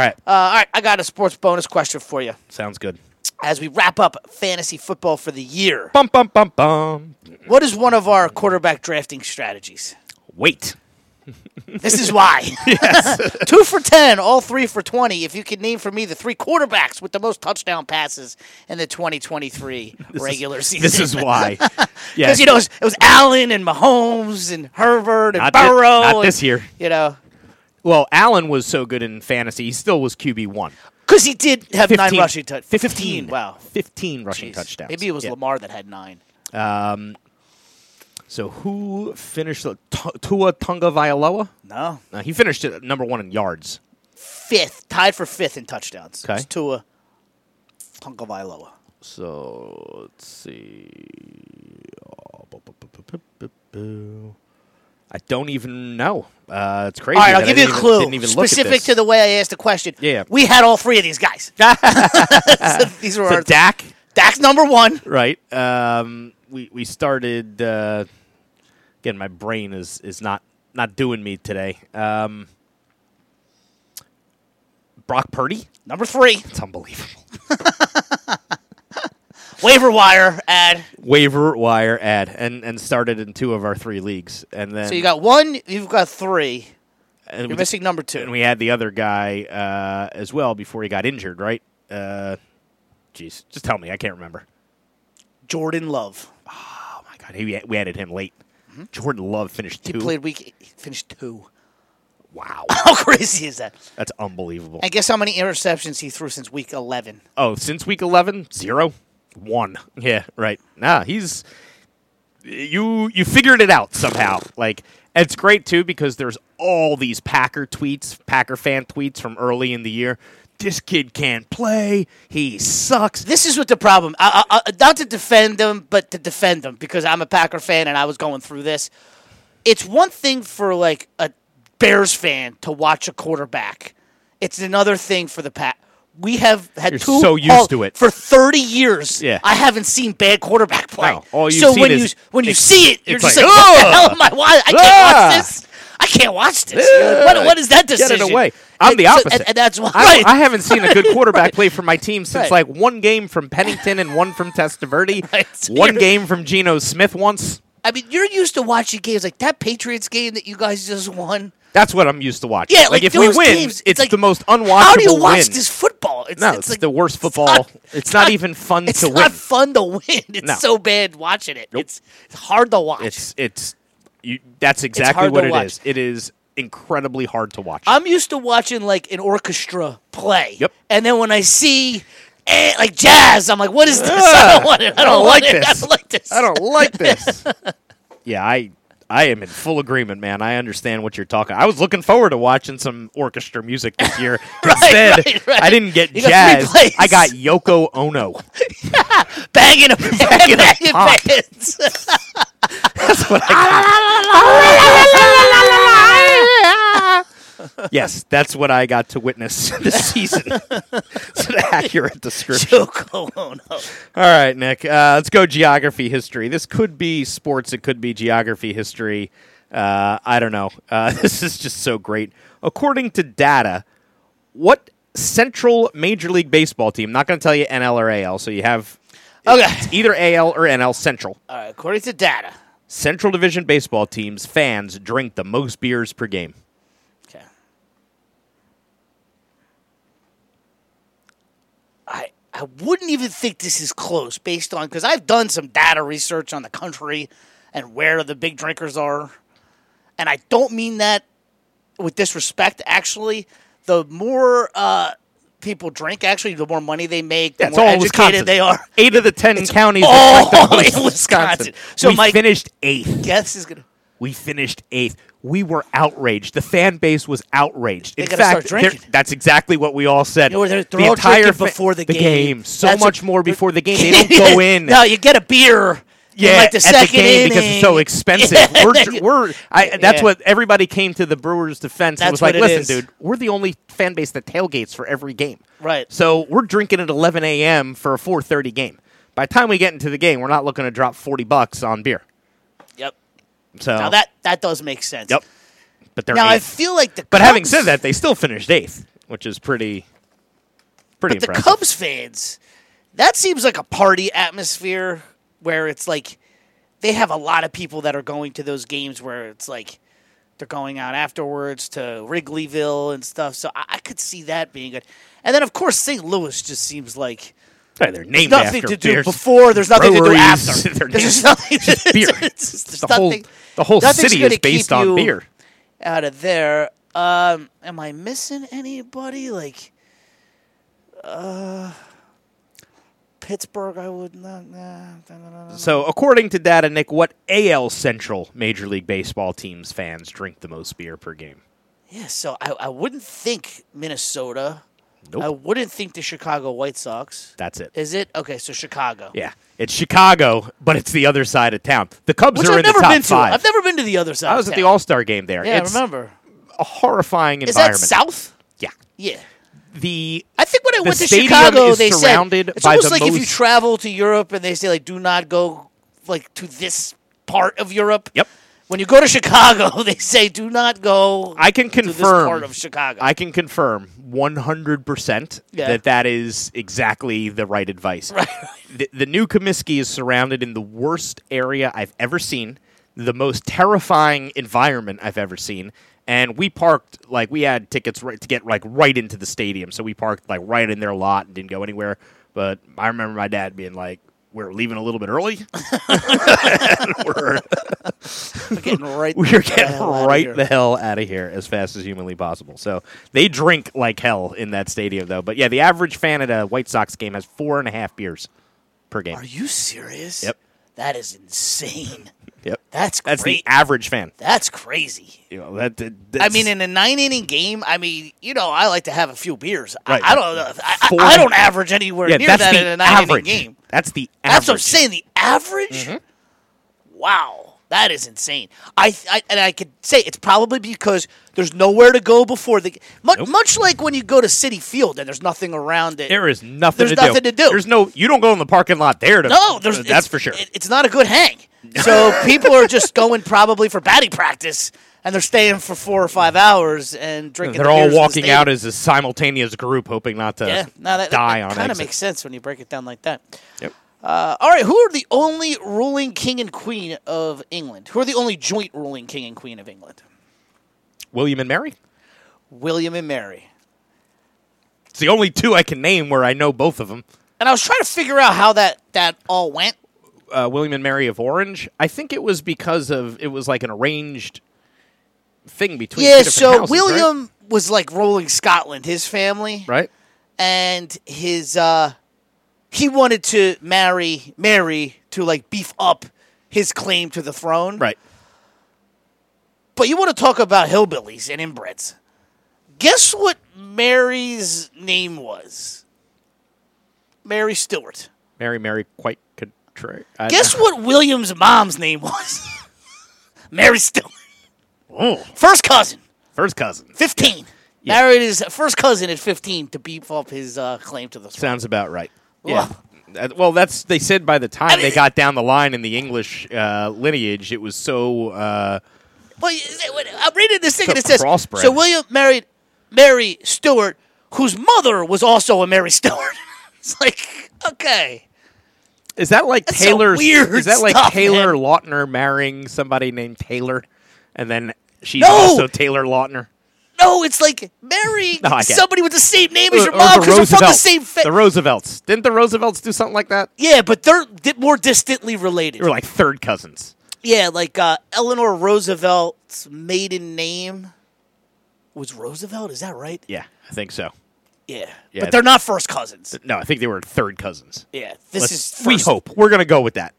Speaker 4: right.
Speaker 5: uh, all right. I got a sports bonus question for you
Speaker 4: Sounds good.
Speaker 5: as we wrap up fantasy football for the year.
Speaker 4: Bum, bum, bum, bum.
Speaker 5: What is one of our quarterback drafting strategies?
Speaker 4: Wait.
Speaker 5: This is why. Two for 10, all three for 20. If you could name for me the three quarterbacks with the most touchdown passes in the 2023 regular season.
Speaker 4: This is why. Yeah.
Speaker 5: Because you know it was, it was Allen and Mahomes and Herbert and
Speaker 4: Not thi-
Speaker 5: Burrow.
Speaker 4: not
Speaker 5: and,
Speaker 4: this year.
Speaker 5: you know,
Speaker 4: well, Allen was so good in fantasy, he still was QB1.
Speaker 5: because he did have
Speaker 4: 15,
Speaker 5: nine rushing touchdowns. Fifteen. Wow.
Speaker 4: 15 rushing touchdowns.
Speaker 5: Maybe it was
Speaker 4: Yeah.
Speaker 5: Lamar that had nine.
Speaker 4: So who finished the T- Tua Tunga Vailoa?
Speaker 5: No,
Speaker 4: Uh, he finished at number one in yards.
Speaker 5: fifth, tied for fifth in touchdowns.
Speaker 4: Okay.
Speaker 5: It's Tua, Tagovailoa.
Speaker 4: So let's see. I don't even know. Uh, it's crazy.
Speaker 5: All right, I'll
Speaker 4: that
Speaker 5: give
Speaker 4: I
Speaker 5: you a
Speaker 4: didn't even-
Speaker 5: clue.
Speaker 4: didn't even look at
Speaker 5: Specific
Speaker 4: this.
Speaker 5: to the way I asked the question.
Speaker 4: Yeah, yeah.
Speaker 5: We had all three of these guys. So these were
Speaker 4: So
Speaker 5: our
Speaker 4: Dak,
Speaker 5: Dak's number one.
Speaker 4: right? Um, we we started uh, again. My brain is is not not doing me today. Um, Brock Purdy,
Speaker 5: Number three.
Speaker 4: it's unbelievable.
Speaker 5: Waiver wire ad.
Speaker 4: Waiver wire ad, and and started in two of our three leagues, and then
Speaker 5: So you got one, you've got three.
Speaker 4: and we,
Speaker 5: You're missing number two.
Speaker 4: and we had the other guy uh, as well before he got injured, right? Uh, Jeez, just tell me. I can't remember.
Speaker 5: Jordan Love.
Speaker 4: Oh my god, he, we added him late. Jordan Love finished
Speaker 5: Mm-hmm.
Speaker 4: two.
Speaker 5: He played week he finished two.
Speaker 4: wow,
Speaker 5: How crazy is that?
Speaker 4: that's unbelievable.
Speaker 5: And guess how many interceptions he threw since week eleven?
Speaker 4: Oh, since week 11, zero, one. Yeah, right. Nah, he's you you figured it out somehow. Like it's great too because there's all these Packer tweets, Packer fan tweets from early in the year. This kid can't play. He sucks.
Speaker 5: This is what the problem. I, I, I, not to defend them, but to defend them because I'm a Packer fan and I was going through this. It's one thing for like a Bears fan to watch a quarterback. It's another thing for the Pack. We have had
Speaker 4: You're
Speaker 5: two
Speaker 4: so used
Speaker 5: Hall-
Speaker 4: to it.
Speaker 5: for 30 years.
Speaker 4: Yeah.
Speaker 5: I haven't seen bad quarterback play.
Speaker 4: No, all you've
Speaker 5: so
Speaker 4: seen
Speaker 5: when
Speaker 4: is
Speaker 5: you when you
Speaker 4: it's-
Speaker 5: see it, you're
Speaker 4: it's
Speaker 5: just like,
Speaker 4: like,
Speaker 5: what the
Speaker 4: "Ugh!
Speaker 5: hell am I? Why I can't
Speaker 4: Ah!
Speaker 5: watch this. I can't watch this. You're like, what, what is that
Speaker 4: Get
Speaker 5: decision?
Speaker 4: it away. I'm
Speaker 5: And
Speaker 4: the
Speaker 5: so-
Speaker 4: opposite.
Speaker 5: and, and that's why.
Speaker 4: I, I haven't seen a good quarterback play for my team since
Speaker 5: Right.
Speaker 4: like one game from Pennington and one from Testaverde,
Speaker 5: Right. So
Speaker 4: one
Speaker 5: you're-
Speaker 4: game from Geno Smith once.
Speaker 5: I mean, you're used to watching games like that Patriots game that you guys just won.
Speaker 4: That's what I'm used to watching.
Speaker 5: Yeah, like,
Speaker 4: if we
Speaker 5: those
Speaker 4: win,
Speaker 5: games,
Speaker 4: it's,
Speaker 5: it's like,
Speaker 4: the most unwatchable.
Speaker 5: How do you watch
Speaker 4: win.
Speaker 5: this football? It's,
Speaker 4: No, it's,
Speaker 5: like,
Speaker 4: the worst football.
Speaker 5: not-
Speaker 4: It's, not, even fun
Speaker 5: It's
Speaker 4: to win.
Speaker 5: not fun to win. It's
Speaker 4: No.
Speaker 5: so bad watching it. It's, it's hard to watch.
Speaker 4: It's it's you, that's exactly
Speaker 5: hard
Speaker 4: what
Speaker 5: to
Speaker 4: it is.
Speaker 5: watch.
Speaker 4: It is incredibly hard to watch.
Speaker 5: I'm used to watching like an orchestra play.
Speaker 4: Yep.
Speaker 5: And then when I see eh, like jazz, I'm like, what is this? I don't want it. I don't,
Speaker 4: don't
Speaker 5: want
Speaker 4: like
Speaker 5: it. I
Speaker 4: this.
Speaker 5: don't like this.
Speaker 4: I don't like this. yeah, I I am in full agreement, man. I understand what you're talking. I was looking forward to watching some orchestra music this year. Instead,
Speaker 5: right, right.
Speaker 4: I didn't get
Speaker 5: You got three
Speaker 4: jazz.
Speaker 5: plays.
Speaker 4: I got Yoko Ono.
Speaker 5: Banging a banging a
Speaker 4: pop.
Speaker 5: bands.
Speaker 4: That's what I got. yes, that's what I got to witness this season. it's an accurate description.
Speaker 5: Yoko Ono.
Speaker 4: All right, Nick. Uh, let's go geography history. This could be sports. It could be geography history. Uh, I don't know. Uh, this is just so great. According to data, what central Major League Baseball team? not going to tell you NL or AL. So you have
Speaker 5: Okay.
Speaker 4: either AL or NL Central.
Speaker 5: All right, according to data.
Speaker 4: Central Division baseball teams fans drink the most beers per game.
Speaker 5: Okay. I I wouldn't even think this is close based on because I've done some data research on the country and where the big drinkers are, and I don't mean that with disrespect. Actually, the more uh, people drink, actually, the more money they make, the
Speaker 4: That's
Speaker 5: more
Speaker 4: all
Speaker 5: educated
Speaker 4: Wisconsin.
Speaker 5: they are.
Speaker 4: Eight of the ten counties.
Speaker 5: all
Speaker 4: that drink the most
Speaker 5: in
Speaker 4: in
Speaker 5: Wisconsin. So
Speaker 4: we
Speaker 5: my-
Speaker 4: finished eighth.
Speaker 5: Guess is gonna.
Speaker 4: We finished eighth. We were outraged. The fan base was outraged. In
Speaker 5: gotta start
Speaker 4: fact, they're-
Speaker 5: drinking.
Speaker 4: that's exactly what we all said.
Speaker 5: You know, they're, they're
Speaker 4: the
Speaker 5: all
Speaker 4: entire
Speaker 5: drinking
Speaker 4: fa-
Speaker 5: before the,
Speaker 4: game. So
Speaker 5: That's
Speaker 4: much
Speaker 5: what-
Speaker 4: more before the game. They don't go in.
Speaker 5: No, you get a beer.
Speaker 4: yeah,
Speaker 5: in like the
Speaker 4: at
Speaker 5: second
Speaker 4: the game because it's so
Speaker 5: inning.
Speaker 4: expensive.
Speaker 5: Yeah,
Speaker 4: we're
Speaker 5: and then
Speaker 4: dr-
Speaker 5: you-
Speaker 4: we're I, that's
Speaker 5: Yeah.
Speaker 4: what everybody came to the Brewers' defense. and
Speaker 5: That's
Speaker 4: was like,
Speaker 5: what it
Speaker 4: listen,
Speaker 5: is.
Speaker 4: dude, we're the only fan base that tailgates for every game.
Speaker 5: Right.
Speaker 4: So we're drinking at 11 a.m. for a 4:30 game. By the time we get into the game, we're not looking to drop 40 bucks on beer.
Speaker 5: Yep.
Speaker 4: So
Speaker 5: Now that that does make sense.
Speaker 4: Yep. but they're
Speaker 5: Now I
Speaker 4: eighth.
Speaker 5: feel like the
Speaker 4: But having
Speaker 5: Cubs-
Speaker 4: said that, they still finished eighth, which is pretty, pretty
Speaker 5: but the
Speaker 4: impressive.
Speaker 5: Cubs fans, that seems like a party atmosphere where it's like they have a lot of people that are going to those games where it's like they're going out afterwards to Wrigleyville and stuff. So I, I could see that being good. And then of course St. Louis just seems like
Speaker 4: Yeah, they're named
Speaker 5: nothing
Speaker 4: after
Speaker 5: to do
Speaker 4: beers.
Speaker 5: before. There's nothing to do
Speaker 4: breweries,
Speaker 5: after.
Speaker 4: their names-
Speaker 5: There's just nothing. to-
Speaker 4: beer.
Speaker 5: it's just- there's
Speaker 4: the whole
Speaker 5: nothing-
Speaker 4: the whole
Speaker 5: nothing's
Speaker 4: city
Speaker 5: gonna
Speaker 4: is based
Speaker 5: keep
Speaker 4: on
Speaker 5: you
Speaker 4: beer.
Speaker 5: Out of there. Um, am I missing anybody? Like, uh, Pittsburgh. I would not. Nah, nah, nah, nah, nah.
Speaker 4: So according to data, Nick, what AL Central Major League Baseball teams fans drink the most beer per game?
Speaker 5: Yeah. So I, I wouldn't think Minnesota.
Speaker 4: Nope.
Speaker 5: I wouldn't think the Chicago White Sox.
Speaker 4: That's it.
Speaker 5: Is it okay? So Chicago.
Speaker 4: Yeah, it's Chicago, but it's the other side of town. The Cubs
Speaker 5: Which
Speaker 4: are
Speaker 5: I've
Speaker 4: in
Speaker 5: never
Speaker 4: the top
Speaker 5: been to.
Speaker 4: five.
Speaker 5: I've never been to the other side.
Speaker 4: I
Speaker 5: of
Speaker 4: was at the
Speaker 5: town.
Speaker 4: All Star game there.
Speaker 5: Yeah,
Speaker 4: it's
Speaker 5: I remember.
Speaker 4: a horrifying
Speaker 5: Is that
Speaker 4: environment.
Speaker 5: south?
Speaker 4: Yeah,
Speaker 5: Yeah.
Speaker 4: the
Speaker 5: I think when I
Speaker 4: The
Speaker 5: went to
Speaker 4: stadium
Speaker 5: Chicago,
Speaker 4: is
Speaker 5: they said
Speaker 4: surrounded
Speaker 5: it's
Speaker 4: by
Speaker 5: almost
Speaker 4: the
Speaker 5: like if you
Speaker 4: most-
Speaker 5: travel to Europe and they say like, do not go like to this part of Europe.
Speaker 4: Yep.
Speaker 5: When you go to Chicago, they say do not go.
Speaker 4: I can
Speaker 5: to
Speaker 4: confirm
Speaker 5: this part of Chicago.
Speaker 4: I can confirm 100%
Speaker 5: Yeah.
Speaker 4: that that is exactly the right advice.
Speaker 5: Right.
Speaker 4: The, the new Comiskey is surrounded in the worst area I've ever seen, the most terrifying environment I've ever seen. And we parked like we had tickets right, to get like right into the stadium, so we parked like right in their lot and didn't go anywhere. But I remember my dad being like, "We're leaving a little bit early. we're,
Speaker 5: We're getting right.
Speaker 4: we're
Speaker 5: the
Speaker 4: getting
Speaker 5: hell outta
Speaker 4: right
Speaker 5: here.
Speaker 4: the hell out of here as fast as humanly possible. So they drink like hell in that stadium, though. But yeah, the average fan at a White Sox game has four and a half beers per game.
Speaker 5: Are you serious?
Speaker 4: Yep.
Speaker 5: That is insane.
Speaker 4: Yep,
Speaker 5: That's
Speaker 4: that's
Speaker 5: great.
Speaker 4: the average fan.
Speaker 5: That's crazy.
Speaker 4: You know, that, that-
Speaker 5: I
Speaker 4: that's-
Speaker 5: mean, in a nine inning game, I mean, you know, I like to have a few beers.
Speaker 4: Right.
Speaker 5: I, I don't know. if- I,
Speaker 4: Four-
Speaker 5: I, I don't average anywhere
Speaker 4: yeah,
Speaker 5: near
Speaker 4: that's
Speaker 5: that
Speaker 4: the
Speaker 5: in a nine
Speaker 4: average.
Speaker 5: inning game.
Speaker 4: That's the average. Mm-hmm.
Speaker 5: That's what I'm saying. The average. Wow, that is insane. I, I and I could say it's probably because there's nowhere to go before the much,
Speaker 4: Nope.
Speaker 5: much like when you go to City Field and there's nothing around it.
Speaker 4: There is nothing.
Speaker 5: There's
Speaker 4: to
Speaker 5: nothing
Speaker 4: do.
Speaker 5: to do.
Speaker 4: There's no. You don't go in the parking lot there to. uh,
Speaker 5: no, there's
Speaker 4: that's
Speaker 5: it's-
Speaker 4: for sure.
Speaker 5: it- it's not a good hang. So people are just going probably for batting practice and they're staying for four or five hours and drinking.
Speaker 4: They're
Speaker 5: the
Speaker 4: all
Speaker 5: beers in the
Speaker 4: walking out
Speaker 5: stadium.
Speaker 4: as a simultaneous group, hoping not to
Speaker 5: yeah. No, that,
Speaker 4: die on
Speaker 5: kind of
Speaker 4: exit.
Speaker 5: makes sense when you break it down like that.
Speaker 4: Yep.
Speaker 5: Uh, all right, who are the only ruling king and queen of England? Who are the only joint ruling king and queen of England?
Speaker 4: William and Mary.
Speaker 5: William and Mary.
Speaker 4: It's the only two I can name where I know both of them.
Speaker 5: And I was trying to figure out how that that all went.
Speaker 4: uh, William and Mary of Orange. I think it was because of it was like an arranged thing between. two
Speaker 5: Yeah,
Speaker 4: different
Speaker 5: so
Speaker 4: houses,
Speaker 5: William was like ruling Scotland, his family,
Speaker 4: right? right?
Speaker 5: and his uh he wanted to marry Mary to like beef up his claim to the throne.
Speaker 4: Right.
Speaker 5: But you want to talk about hillbillies and inbreds. Guess what Mary's name was? Mary Stewart.
Speaker 4: Mary, Mary, quite contrary. I-
Speaker 5: Guess what William's mom's name was? Mary Stewart.
Speaker 4: Oh,
Speaker 5: First cousin,
Speaker 4: first cousin
Speaker 5: 15. Married his first cousin at 15 to beef up his uh, claim to the throne.
Speaker 4: sounds about right. Yeah.
Speaker 5: Well-
Speaker 4: Uh, Well, that's they said by the time
Speaker 5: I mean-
Speaker 4: they got down the line in the English uh, lineage, it was so uh,
Speaker 5: Well, you- say- wait, I'm reading this thing
Speaker 4: So
Speaker 5: and it says
Speaker 4: crossbred.
Speaker 5: so William married Mary Stewart, whose mother was also a Mary Stewart. it's like okay,
Speaker 4: is that like
Speaker 5: so
Speaker 4: Taylor?
Speaker 5: weird
Speaker 4: Is that like
Speaker 5: stuff,
Speaker 4: Taylor
Speaker 5: man.
Speaker 4: Lautner marrying somebody named Taylor, and then she's
Speaker 5: No!
Speaker 4: also Taylor Lautner?
Speaker 5: no, it's like marrying
Speaker 4: No, I get it.
Speaker 5: somebody with the same name as your
Speaker 4: Or- or the
Speaker 5: mom because you're from the
Speaker 4: Roosevelts.
Speaker 5: same
Speaker 4: the
Speaker 5: family.
Speaker 4: Roosevelts. Didn't the Roosevelts do something like that?
Speaker 5: yeah, but they're di- more distantly related.
Speaker 4: They were like third cousins.
Speaker 5: Yeah, like uh, Eleanor Roosevelt's maiden name was Roosevelt. Is that right?
Speaker 4: Yeah, I think so.
Speaker 5: Yeah,
Speaker 4: Yeah.
Speaker 5: but they're not first cousins.
Speaker 4: No, I think they were third cousins.
Speaker 5: Yeah, this
Speaker 4: Let's-
Speaker 5: is
Speaker 4: we
Speaker 5: first-
Speaker 4: hope we're gonna go with that.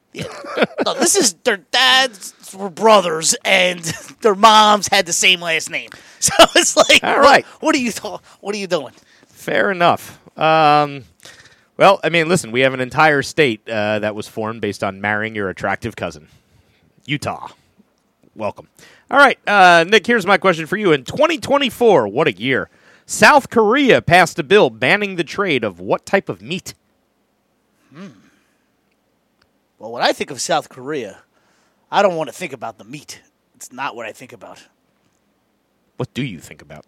Speaker 5: No, this is their dads were brothers, and their moms had the same last name. So it's like,
Speaker 4: All
Speaker 5: what-
Speaker 4: right.
Speaker 5: what, are you th- what are you doing?
Speaker 4: Fair enough. Um, well, I mean, listen, we have an entire state uh, that was formed based on marrying your attractive cousin, Utah. Welcome. All right, uh, Nick. Here's my question for you. In 2024, what a year! South Korea passed a bill banning the trade of what type of meat?
Speaker 5: Well, when I think of South Korea, I don't want to think about the meat. It's not what I think about.
Speaker 4: What do you think about?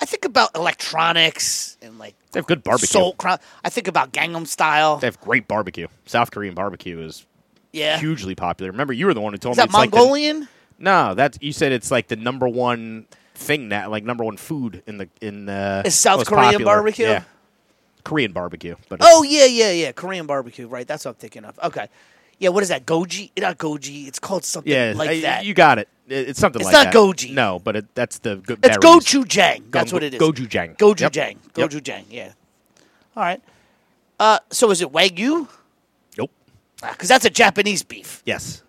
Speaker 5: I think about electronics and like
Speaker 4: They have good barbecue.
Speaker 5: soul. Cro- I think about Gangnam Style.
Speaker 4: They have great barbecue. South Korean barbecue is
Speaker 5: yeah, is
Speaker 4: hugely popular. Remember, you were the one who told me
Speaker 5: that
Speaker 4: it's like the-
Speaker 5: Mongolian?
Speaker 4: No, that's you said it's like the number one thing that like number one food in the in the
Speaker 5: Is South
Speaker 4: most
Speaker 5: Korean
Speaker 4: popular.
Speaker 5: barbecue?
Speaker 4: Yeah. Korean barbecue, but it's-
Speaker 5: Oh yeah, yeah, yeah. Korean barbecue, right? That's what I'm thinking of. Okay, yeah. What is that? Goji? Not goji. It's called something
Speaker 4: yeah,
Speaker 5: like
Speaker 4: I-
Speaker 5: that.
Speaker 4: You got it. It- It's something
Speaker 5: It's
Speaker 4: like
Speaker 5: not
Speaker 4: that.
Speaker 5: goji.
Speaker 4: No, but it, that's the good.
Speaker 5: It's
Speaker 4: berries.
Speaker 5: gochujang. That's
Speaker 4: Gung-
Speaker 5: what it is.
Speaker 4: gochujang. Yep.
Speaker 5: Gochujang.
Speaker 4: Yep.
Speaker 5: Gochujang. Yeah. All right. Uh, so is it wagyu?
Speaker 4: Nope.
Speaker 5: Because that's a Japanese beef.
Speaker 4: Yes,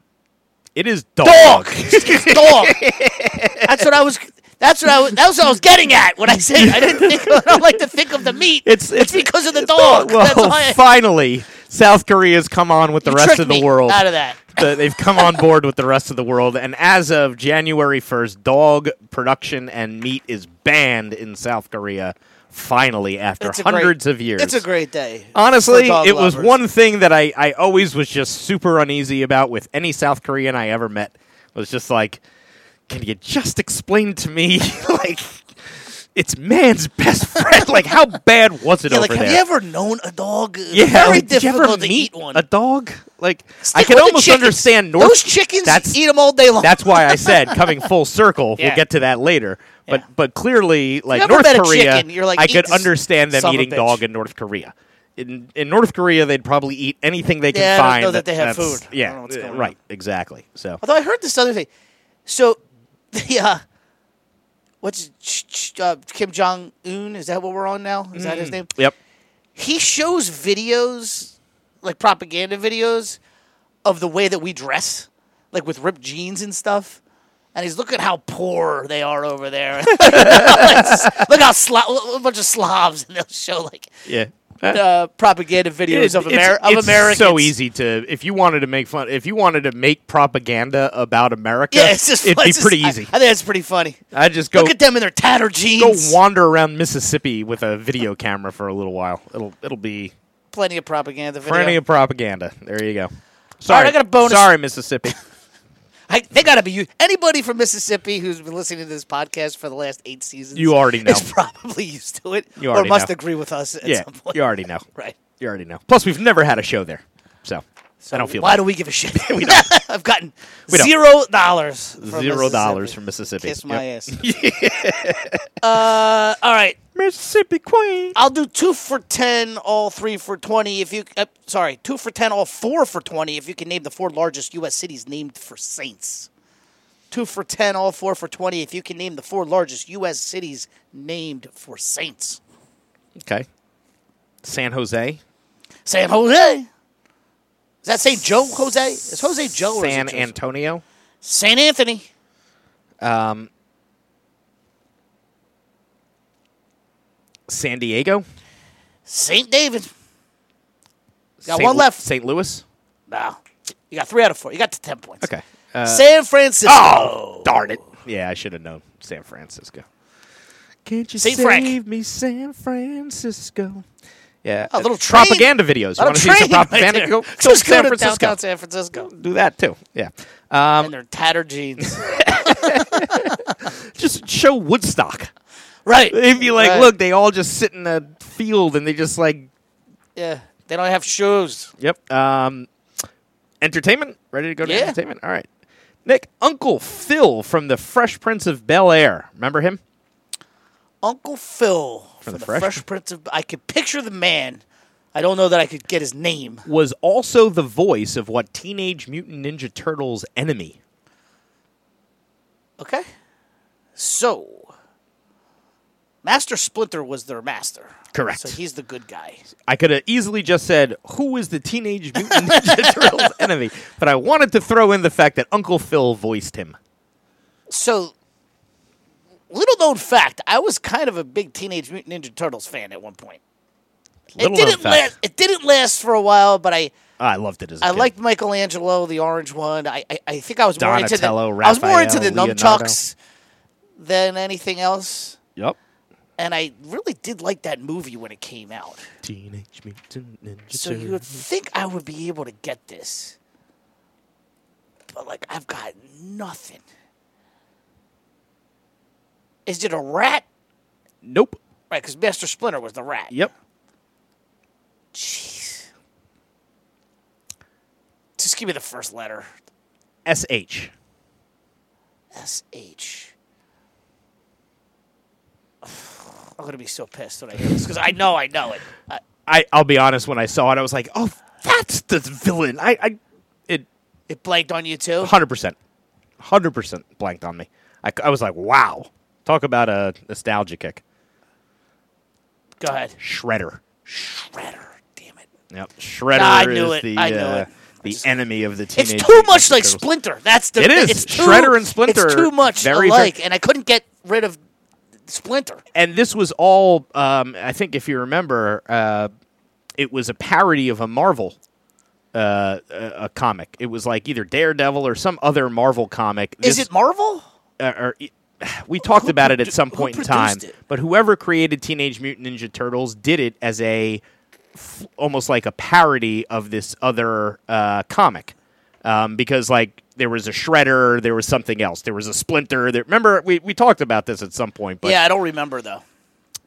Speaker 4: it is dog.
Speaker 5: Dog. It's dog. That's what I was. That's what I was. That was what I was getting at when I said I didn't think. I don't like to think of the meat.
Speaker 4: It's it's,
Speaker 5: because of the dog.
Speaker 4: Well,
Speaker 5: That's why I-
Speaker 4: finally, South Korea's come on with the
Speaker 5: You
Speaker 4: rest
Speaker 5: tricked
Speaker 4: of the
Speaker 5: me
Speaker 4: world.
Speaker 5: out of that.
Speaker 4: The- they've come on board with the rest of the world, and as of January first, dog production and meat is banned in South Korea. Finally, after
Speaker 5: It's a great-
Speaker 4: hundreds of years,
Speaker 5: It's a great day.
Speaker 4: Honestly, it
Speaker 5: for dog
Speaker 4: was
Speaker 5: lovers.
Speaker 4: one thing that I, I always was just super uneasy about with any South Korean I ever met. was just like, can you just explain to me, like, it's man's best friend? like, how bad was it
Speaker 5: Yeah,
Speaker 4: over
Speaker 5: like, have
Speaker 4: there?
Speaker 5: you ever known a dog?
Speaker 4: yeah,
Speaker 5: very
Speaker 4: like, did you ever
Speaker 5: difficult to
Speaker 4: meet
Speaker 5: eat one.
Speaker 4: A dog? Like, I
Speaker 5: Stick
Speaker 4: can
Speaker 5: with the
Speaker 4: almost
Speaker 5: chickens.
Speaker 4: understand North.
Speaker 5: Those chickens
Speaker 4: That's-
Speaker 5: eat them all day long.
Speaker 4: That's why I said coming full circle.
Speaker 5: Yeah.
Speaker 4: We'll get to that later. But
Speaker 5: Yeah.
Speaker 4: but clearly, like
Speaker 5: ever
Speaker 4: North
Speaker 5: met a
Speaker 4: Korea,
Speaker 5: chicken, you're like,
Speaker 4: I
Speaker 5: "Eat
Speaker 4: could
Speaker 5: this
Speaker 4: understand them
Speaker 5: son of a
Speaker 4: eating
Speaker 5: bitch."
Speaker 4: dog in North Korea. In in North Korea, they'd probably eat anything they can
Speaker 5: Yeah, I don't
Speaker 4: find.
Speaker 5: know that they have
Speaker 4: that's-
Speaker 5: food. I don't know
Speaker 4: Yeah,
Speaker 5: what's going on.
Speaker 4: right, exactly. So
Speaker 5: Although I heard this other thing. So, the uh, what's ch- ch- uh, Kim Jong Un? Is that what we're on now? Is that his name?
Speaker 4: yep,
Speaker 5: He shows videos, like propaganda videos, of the way that we dress, like with ripped jeans and stuff. And he's look at how poor they are over there. look how Slo- a bunch of Slavs, and they'll show like
Speaker 4: yeah.
Speaker 5: uh, propaganda videos
Speaker 4: It-
Speaker 5: of, Amer-
Speaker 4: it's,
Speaker 5: of Americans.
Speaker 4: It's so easy to if you wanted to make fun if you wanted to make propaganda about America.
Speaker 5: Yeah, it's just
Speaker 4: it'd be
Speaker 5: it's just-
Speaker 4: pretty
Speaker 5: I-
Speaker 4: easy.
Speaker 5: I, think it's pretty funny.
Speaker 4: I, would just go
Speaker 5: Look at them in their tattered
Speaker 4: go
Speaker 5: jeans.
Speaker 4: wander around Mississippi with a video camera for a little while. It'll it'll be
Speaker 5: Plenty of propaganda video.
Speaker 4: Plenty of propaganda. There you go. Sorry,
Speaker 5: I got a bonus.
Speaker 4: Sorry, Mississippi.
Speaker 5: I, they gotta be u- anybody from Mississippi who's been listening to this podcast for the last eight seasons.
Speaker 4: You already know.
Speaker 5: is probably used to it,
Speaker 4: You
Speaker 5: or
Speaker 4: already
Speaker 5: must
Speaker 4: know.
Speaker 5: agree with us at
Speaker 4: yeah,
Speaker 5: some point.
Speaker 4: you already know.
Speaker 5: right.
Speaker 4: You already know. Plus, we've never had a show there, so, I don't feel
Speaker 5: Why
Speaker 4: bad.
Speaker 5: do we give a shit? we I've gotten
Speaker 4: We don't.
Speaker 5: zero dollars. from
Speaker 4: zero dollars
Speaker 5: Mississippi.
Speaker 4: from Mississippi.
Speaker 5: Kiss my
Speaker 4: Yep.
Speaker 5: ass. uh, all right.
Speaker 4: Mississippi Queen.
Speaker 5: I'll do two for ten, all three for twenty. If you, uh, sorry, two for ten, all four for twenty. If you can name the four largest U.S. cities named for saints. Two for ten, all four for twenty. If you can name the four largest U.S. cities named for saints.
Speaker 4: Okay. San Jose.
Speaker 5: San Jose. Is that Saint Joe Jose? Is Jose Joe or Oh, is it
Speaker 4: San
Speaker 5: Joseph?
Speaker 4: Antonio.
Speaker 5: Saint Anthony?
Speaker 4: San Diego.
Speaker 5: Saint David? Got
Speaker 4: Saint
Speaker 5: one
Speaker 4: Lu-
Speaker 5: left.
Speaker 4: St. Louis.
Speaker 5: No, you got three out of four. You got to ten points.
Speaker 4: Okay. Uh, Oh!
Speaker 5: San Francisco.
Speaker 4: darn it. Yeah, I should have known. San Francisco. Can't you
Speaker 5: Saint
Speaker 4: save
Speaker 5: Frank.
Speaker 4: me, San Francisco? Yeah,
Speaker 5: A little
Speaker 4: uh,
Speaker 5: train.
Speaker 4: propaganda videos. You
Speaker 5: Lot
Speaker 4: want to
Speaker 5: of
Speaker 4: see some
Speaker 5: train right
Speaker 4: propaganda?
Speaker 5: there.
Speaker 4: Go, go
Speaker 5: Just
Speaker 4: San
Speaker 5: go to
Speaker 4: Francisco.
Speaker 5: downtown San Francisco.
Speaker 4: do that too. Yeah. Um,
Speaker 5: and their tattered jeans.
Speaker 4: just show Woodstock.
Speaker 5: right.
Speaker 4: If you like,
Speaker 5: Right.
Speaker 4: look, they all just sit in a field and they just like,
Speaker 5: Yeah. They don't have shoes.
Speaker 4: yep. Um, entertainment. Ready to go to
Speaker 5: Yeah.
Speaker 4: entertainment. All right. Nick, Uncle Phil from the Fresh Prince of Bel Air. Remember him?
Speaker 5: Uncle Phil from
Speaker 4: the
Speaker 5: the,
Speaker 4: Fresh-
Speaker 5: Fresh. Prince of I could picture the man. I don't know that I could get his name.
Speaker 4: Was also the voice of what Teenage Mutant Ninja Turtles enemy.
Speaker 5: Okay. So Master Splinter was their master.
Speaker 4: Correct.
Speaker 5: So he's the good guy.
Speaker 4: I could have easily just said, "Who is the Teenage Mutant Ninja Turtles enemy?" But I wanted to throw in the fact that Uncle Phil voiced him.
Speaker 5: So little known fact, I was kind of a big Teenage Mutant Ninja Turtles fan at one point.
Speaker 4: Little
Speaker 5: it
Speaker 4: known
Speaker 5: didn't
Speaker 4: fact.
Speaker 5: last it didn't last for a while, but I
Speaker 4: I loved it as a
Speaker 5: I
Speaker 4: kid.
Speaker 5: liked Michelangelo, the orange one. I, I, I think I was more into the,
Speaker 4: Donatello,
Speaker 5: I was more into the
Speaker 4: Raphael, Leonardo.
Speaker 5: nunchucks than anything else,
Speaker 4: Yep.
Speaker 5: and I really did like that movie when it came out.
Speaker 4: Teenage Mutant Ninja
Speaker 5: So you would think I would be able to get this, but like I've got nothing. Is it a rat?
Speaker 4: Nope.
Speaker 5: Right, because Master Splinter was the rat.
Speaker 4: Yep.
Speaker 5: Jeez. Just give me the first letter.
Speaker 4: SH.
Speaker 5: S H. I'm gonna be so pissed when I hear this because I know I know it. I,
Speaker 4: I I'll be honest when I saw it I was like, "Oh, that's the villain." I I it
Speaker 5: it blanked on you too.
Speaker 4: 100%. 100% blanked on me. I, I was like, "Wow." Talk about a nostalgia kick.
Speaker 5: Go ahead.
Speaker 4: Shredder.
Speaker 5: Shredder. Damn it.
Speaker 4: Yep. Shredder
Speaker 5: Nah, I knew
Speaker 4: is
Speaker 5: it.
Speaker 4: the
Speaker 5: I knew
Speaker 4: uh,
Speaker 5: it.
Speaker 4: the enemy of the
Speaker 5: It's
Speaker 4: teenage
Speaker 5: too much like
Speaker 4: Turtles.
Speaker 5: Splinter. That's the
Speaker 4: It is.
Speaker 5: It's too,
Speaker 4: Shredder and Splinter
Speaker 5: It's
Speaker 4: are
Speaker 5: too much
Speaker 4: very, very-
Speaker 5: alike, and I couldn't get rid of Splinter.
Speaker 4: and this was all um, I think if you remember, uh, it was a parody of a Marvel uh, a, a comic. It was like either Daredevil or some other Marvel comic.
Speaker 5: Is
Speaker 4: This-
Speaker 5: it Marvel?
Speaker 4: uh, or, we talked about it at
Speaker 5: produ-
Speaker 4: some
Speaker 5: who
Speaker 4: point in time,
Speaker 5: produced it?
Speaker 4: but whoever created Teenage Mutant Ninja Turtles did it as a f- almost like a parody of this other uh, comic um, because like there was a Shredder, there was something else, there was a Splinter. There, remember we, we talked about this at some point, but
Speaker 5: yeah, I don't remember though.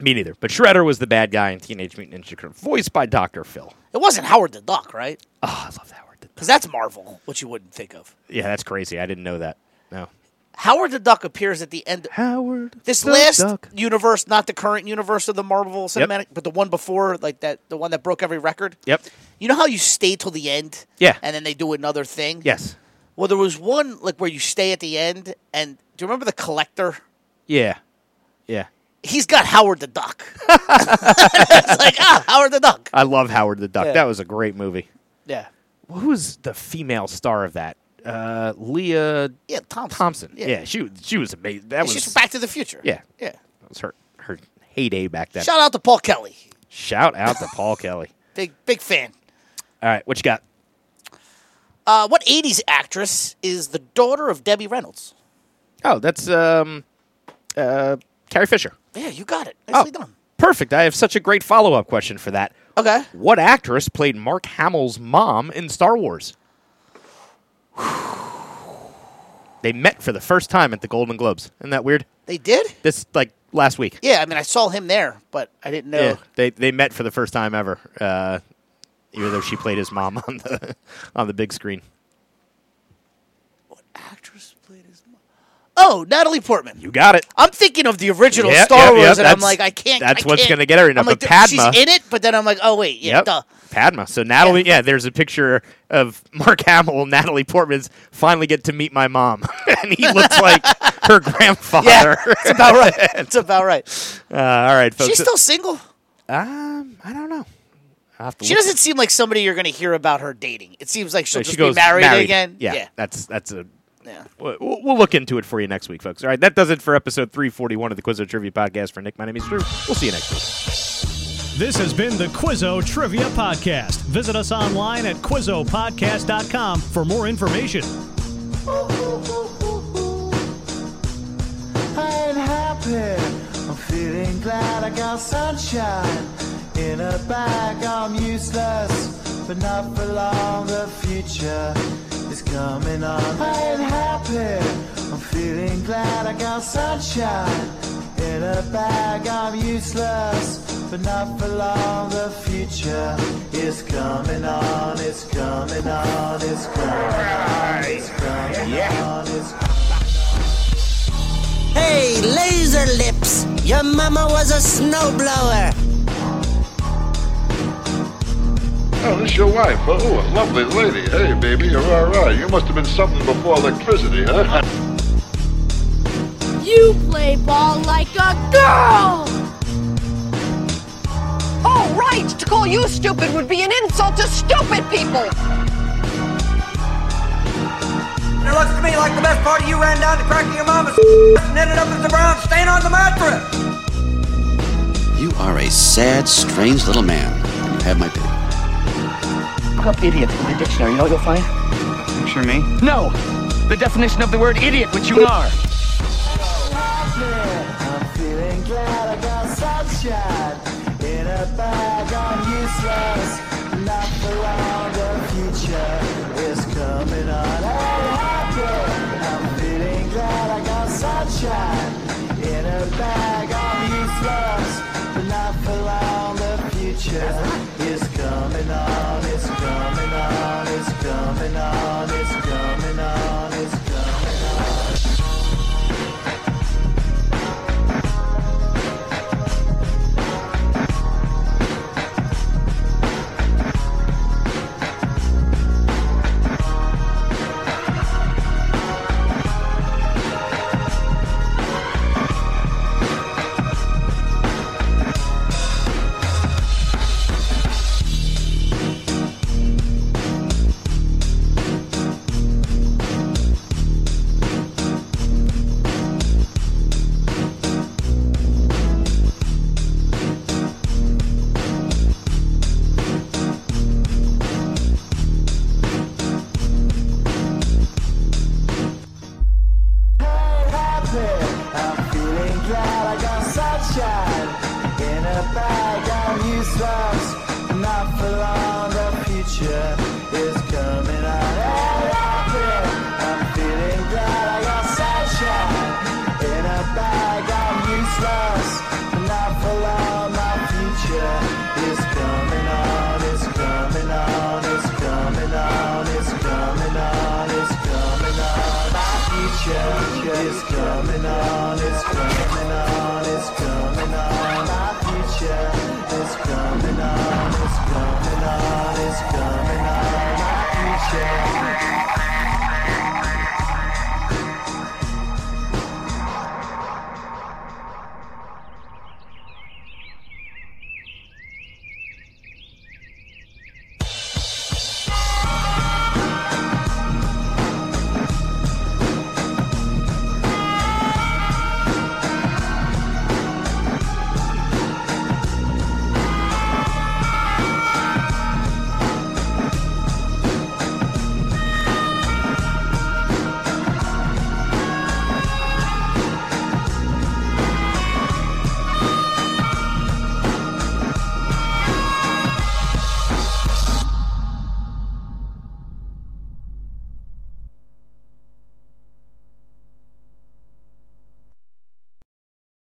Speaker 4: me neither. But Shredder was the bad guy in Teenage Mutant Ninja Turtles, voiced by Doctor Phil.
Speaker 5: It wasn't Howard the Duck, right?
Speaker 4: Oh, I love that word.
Speaker 5: Because that's Marvel, which you wouldn't think of.
Speaker 4: Yeah, that's crazy. I didn't know that. No,
Speaker 5: Howard the Duck appears at the end.
Speaker 4: Howard.
Speaker 5: This
Speaker 4: the
Speaker 5: last
Speaker 4: Duck.
Speaker 5: universe, not the current universe of the Marvel
Speaker 4: Yep.
Speaker 5: Cinematic, but the one before, like that, the one that broke every record.
Speaker 4: Yep.
Speaker 5: You know how you stay till the end?
Speaker 4: Yeah.
Speaker 5: And then they do another thing?
Speaker 4: Yes.
Speaker 5: Well, there was one like where you stay at the end, and do you remember the collector?
Speaker 4: Yeah. Yeah.
Speaker 5: He's got Howard the Duck. it's like ah, Howard the Duck.
Speaker 4: I love Howard the Duck.
Speaker 5: Yeah.
Speaker 4: That was a great movie.
Speaker 5: Yeah,
Speaker 4: Who was the female star of that? Uh, Leah
Speaker 5: yeah, Thompson.
Speaker 4: Thompson.
Speaker 5: Yeah,
Speaker 4: Yeah, she was- she was amazing. That was
Speaker 5: she's from Back to the Future.
Speaker 4: yeah,
Speaker 5: yeah.
Speaker 4: that was her her heyday back then.
Speaker 5: Shout out to Paul Kelly.
Speaker 4: Shout out to Paul Kelly.
Speaker 5: Big big fan.
Speaker 4: All right, what you got?
Speaker 5: Uh, what '80s actress is the daughter of Debbie Reynolds?
Speaker 4: Oh, that's um, uh, Carrie Fisher.
Speaker 5: Yeah, you got it.
Speaker 4: Oh,
Speaker 5: Nicely done.
Speaker 4: perfect. I have such a great follow up question for that.
Speaker 5: Okay.
Speaker 4: What actress played Mark Hamill's mom in Star Wars? They met for the first time at the Golden Globes. Isn't that weird?
Speaker 5: They did.
Speaker 4: This like last week.
Speaker 5: Yeah, I mean, I saw him there, but I didn't know.
Speaker 4: Yeah, they they met for the first time ever. Uh, even though she played his mom on the on the big screen.
Speaker 5: Actress played his mom. Oh, Natalie Portman.
Speaker 4: You got it.
Speaker 5: I'm thinking of the original
Speaker 4: Yep,
Speaker 5: Star
Speaker 4: yep,
Speaker 5: Wars,
Speaker 4: yep,
Speaker 5: and I'm
Speaker 4: that's-
Speaker 5: like, I can't.
Speaker 4: that's
Speaker 5: I
Speaker 4: what's
Speaker 5: can't.
Speaker 4: gonna get her, you know,
Speaker 5: I'm like,
Speaker 4: but
Speaker 5: th- she's
Speaker 4: Padma-
Speaker 5: in it, but then I'm like, oh wait, yeah, duh.
Speaker 4: Padma. So Natalie, yeah. there's a picture of Mark Hamill and Natalie Portman's finally get to meet my mom, and he looks like her
Speaker 5: yeah,
Speaker 4: grandfather.
Speaker 5: it's about right. It's about right.
Speaker 4: Uh, all right, folks.
Speaker 5: She's still single.
Speaker 4: Um, I don't know. I have to
Speaker 5: She
Speaker 4: look.
Speaker 5: doesn't seem like somebody you're gonna hear about her dating. It seems like she'll
Speaker 4: So
Speaker 5: just be married, again.
Speaker 4: Yeah,
Speaker 5: yeah.
Speaker 4: that's that's a.
Speaker 5: Yeah.
Speaker 4: We'll, we'll look into it for you next week, folks. All right, that does it for episode 341 of the Quiz of Trivia podcast. For Nick, my name is Drew. We'll see you next week.
Speaker 3: This has been the Quizzo Trivia Podcast. Visit us online at QuizzoPodcast.com for more information.
Speaker 1: I ain't happy. I'm feeling glad I got sunshine in a bag. I'm useless, but not for long. The future is coming on. I ain't happy. I'm feeling glad I got sunshine in a bag. I'm useless, but not for long. The future is coming on. It's coming on. It's coming on. It's coming on. It's
Speaker 6: Hey, laser lips! Your mama was a snowblower.
Speaker 7: Oh, this is your wife. Oh, a lovely lady. Hey, baby, you're all right. You must have been something before electricity, huh?
Speaker 8: You play ball like a girl! Oh, right! To call you stupid would be an insult to stupid people!
Speaker 2: It looks to me like the best part of you ran down to cracking your mama's and ended up as a brown stain on the mattress.
Speaker 9: You are a sad, strange little man. And you have my pity.
Speaker 10: Look up idiot in the dictionary. You know what you'll find?
Speaker 9: Picture me?
Speaker 10: No! The definition of the word idiot, which you are.
Speaker 1: I'm feeling glad I got sunshine in a bag. I'm useless, not for long. The future is coming on. I'm happy. I'm feeling glad I got sunshine in a bag. I'm useless, but not for long. The future is coming on. It's coming on. It's coming on.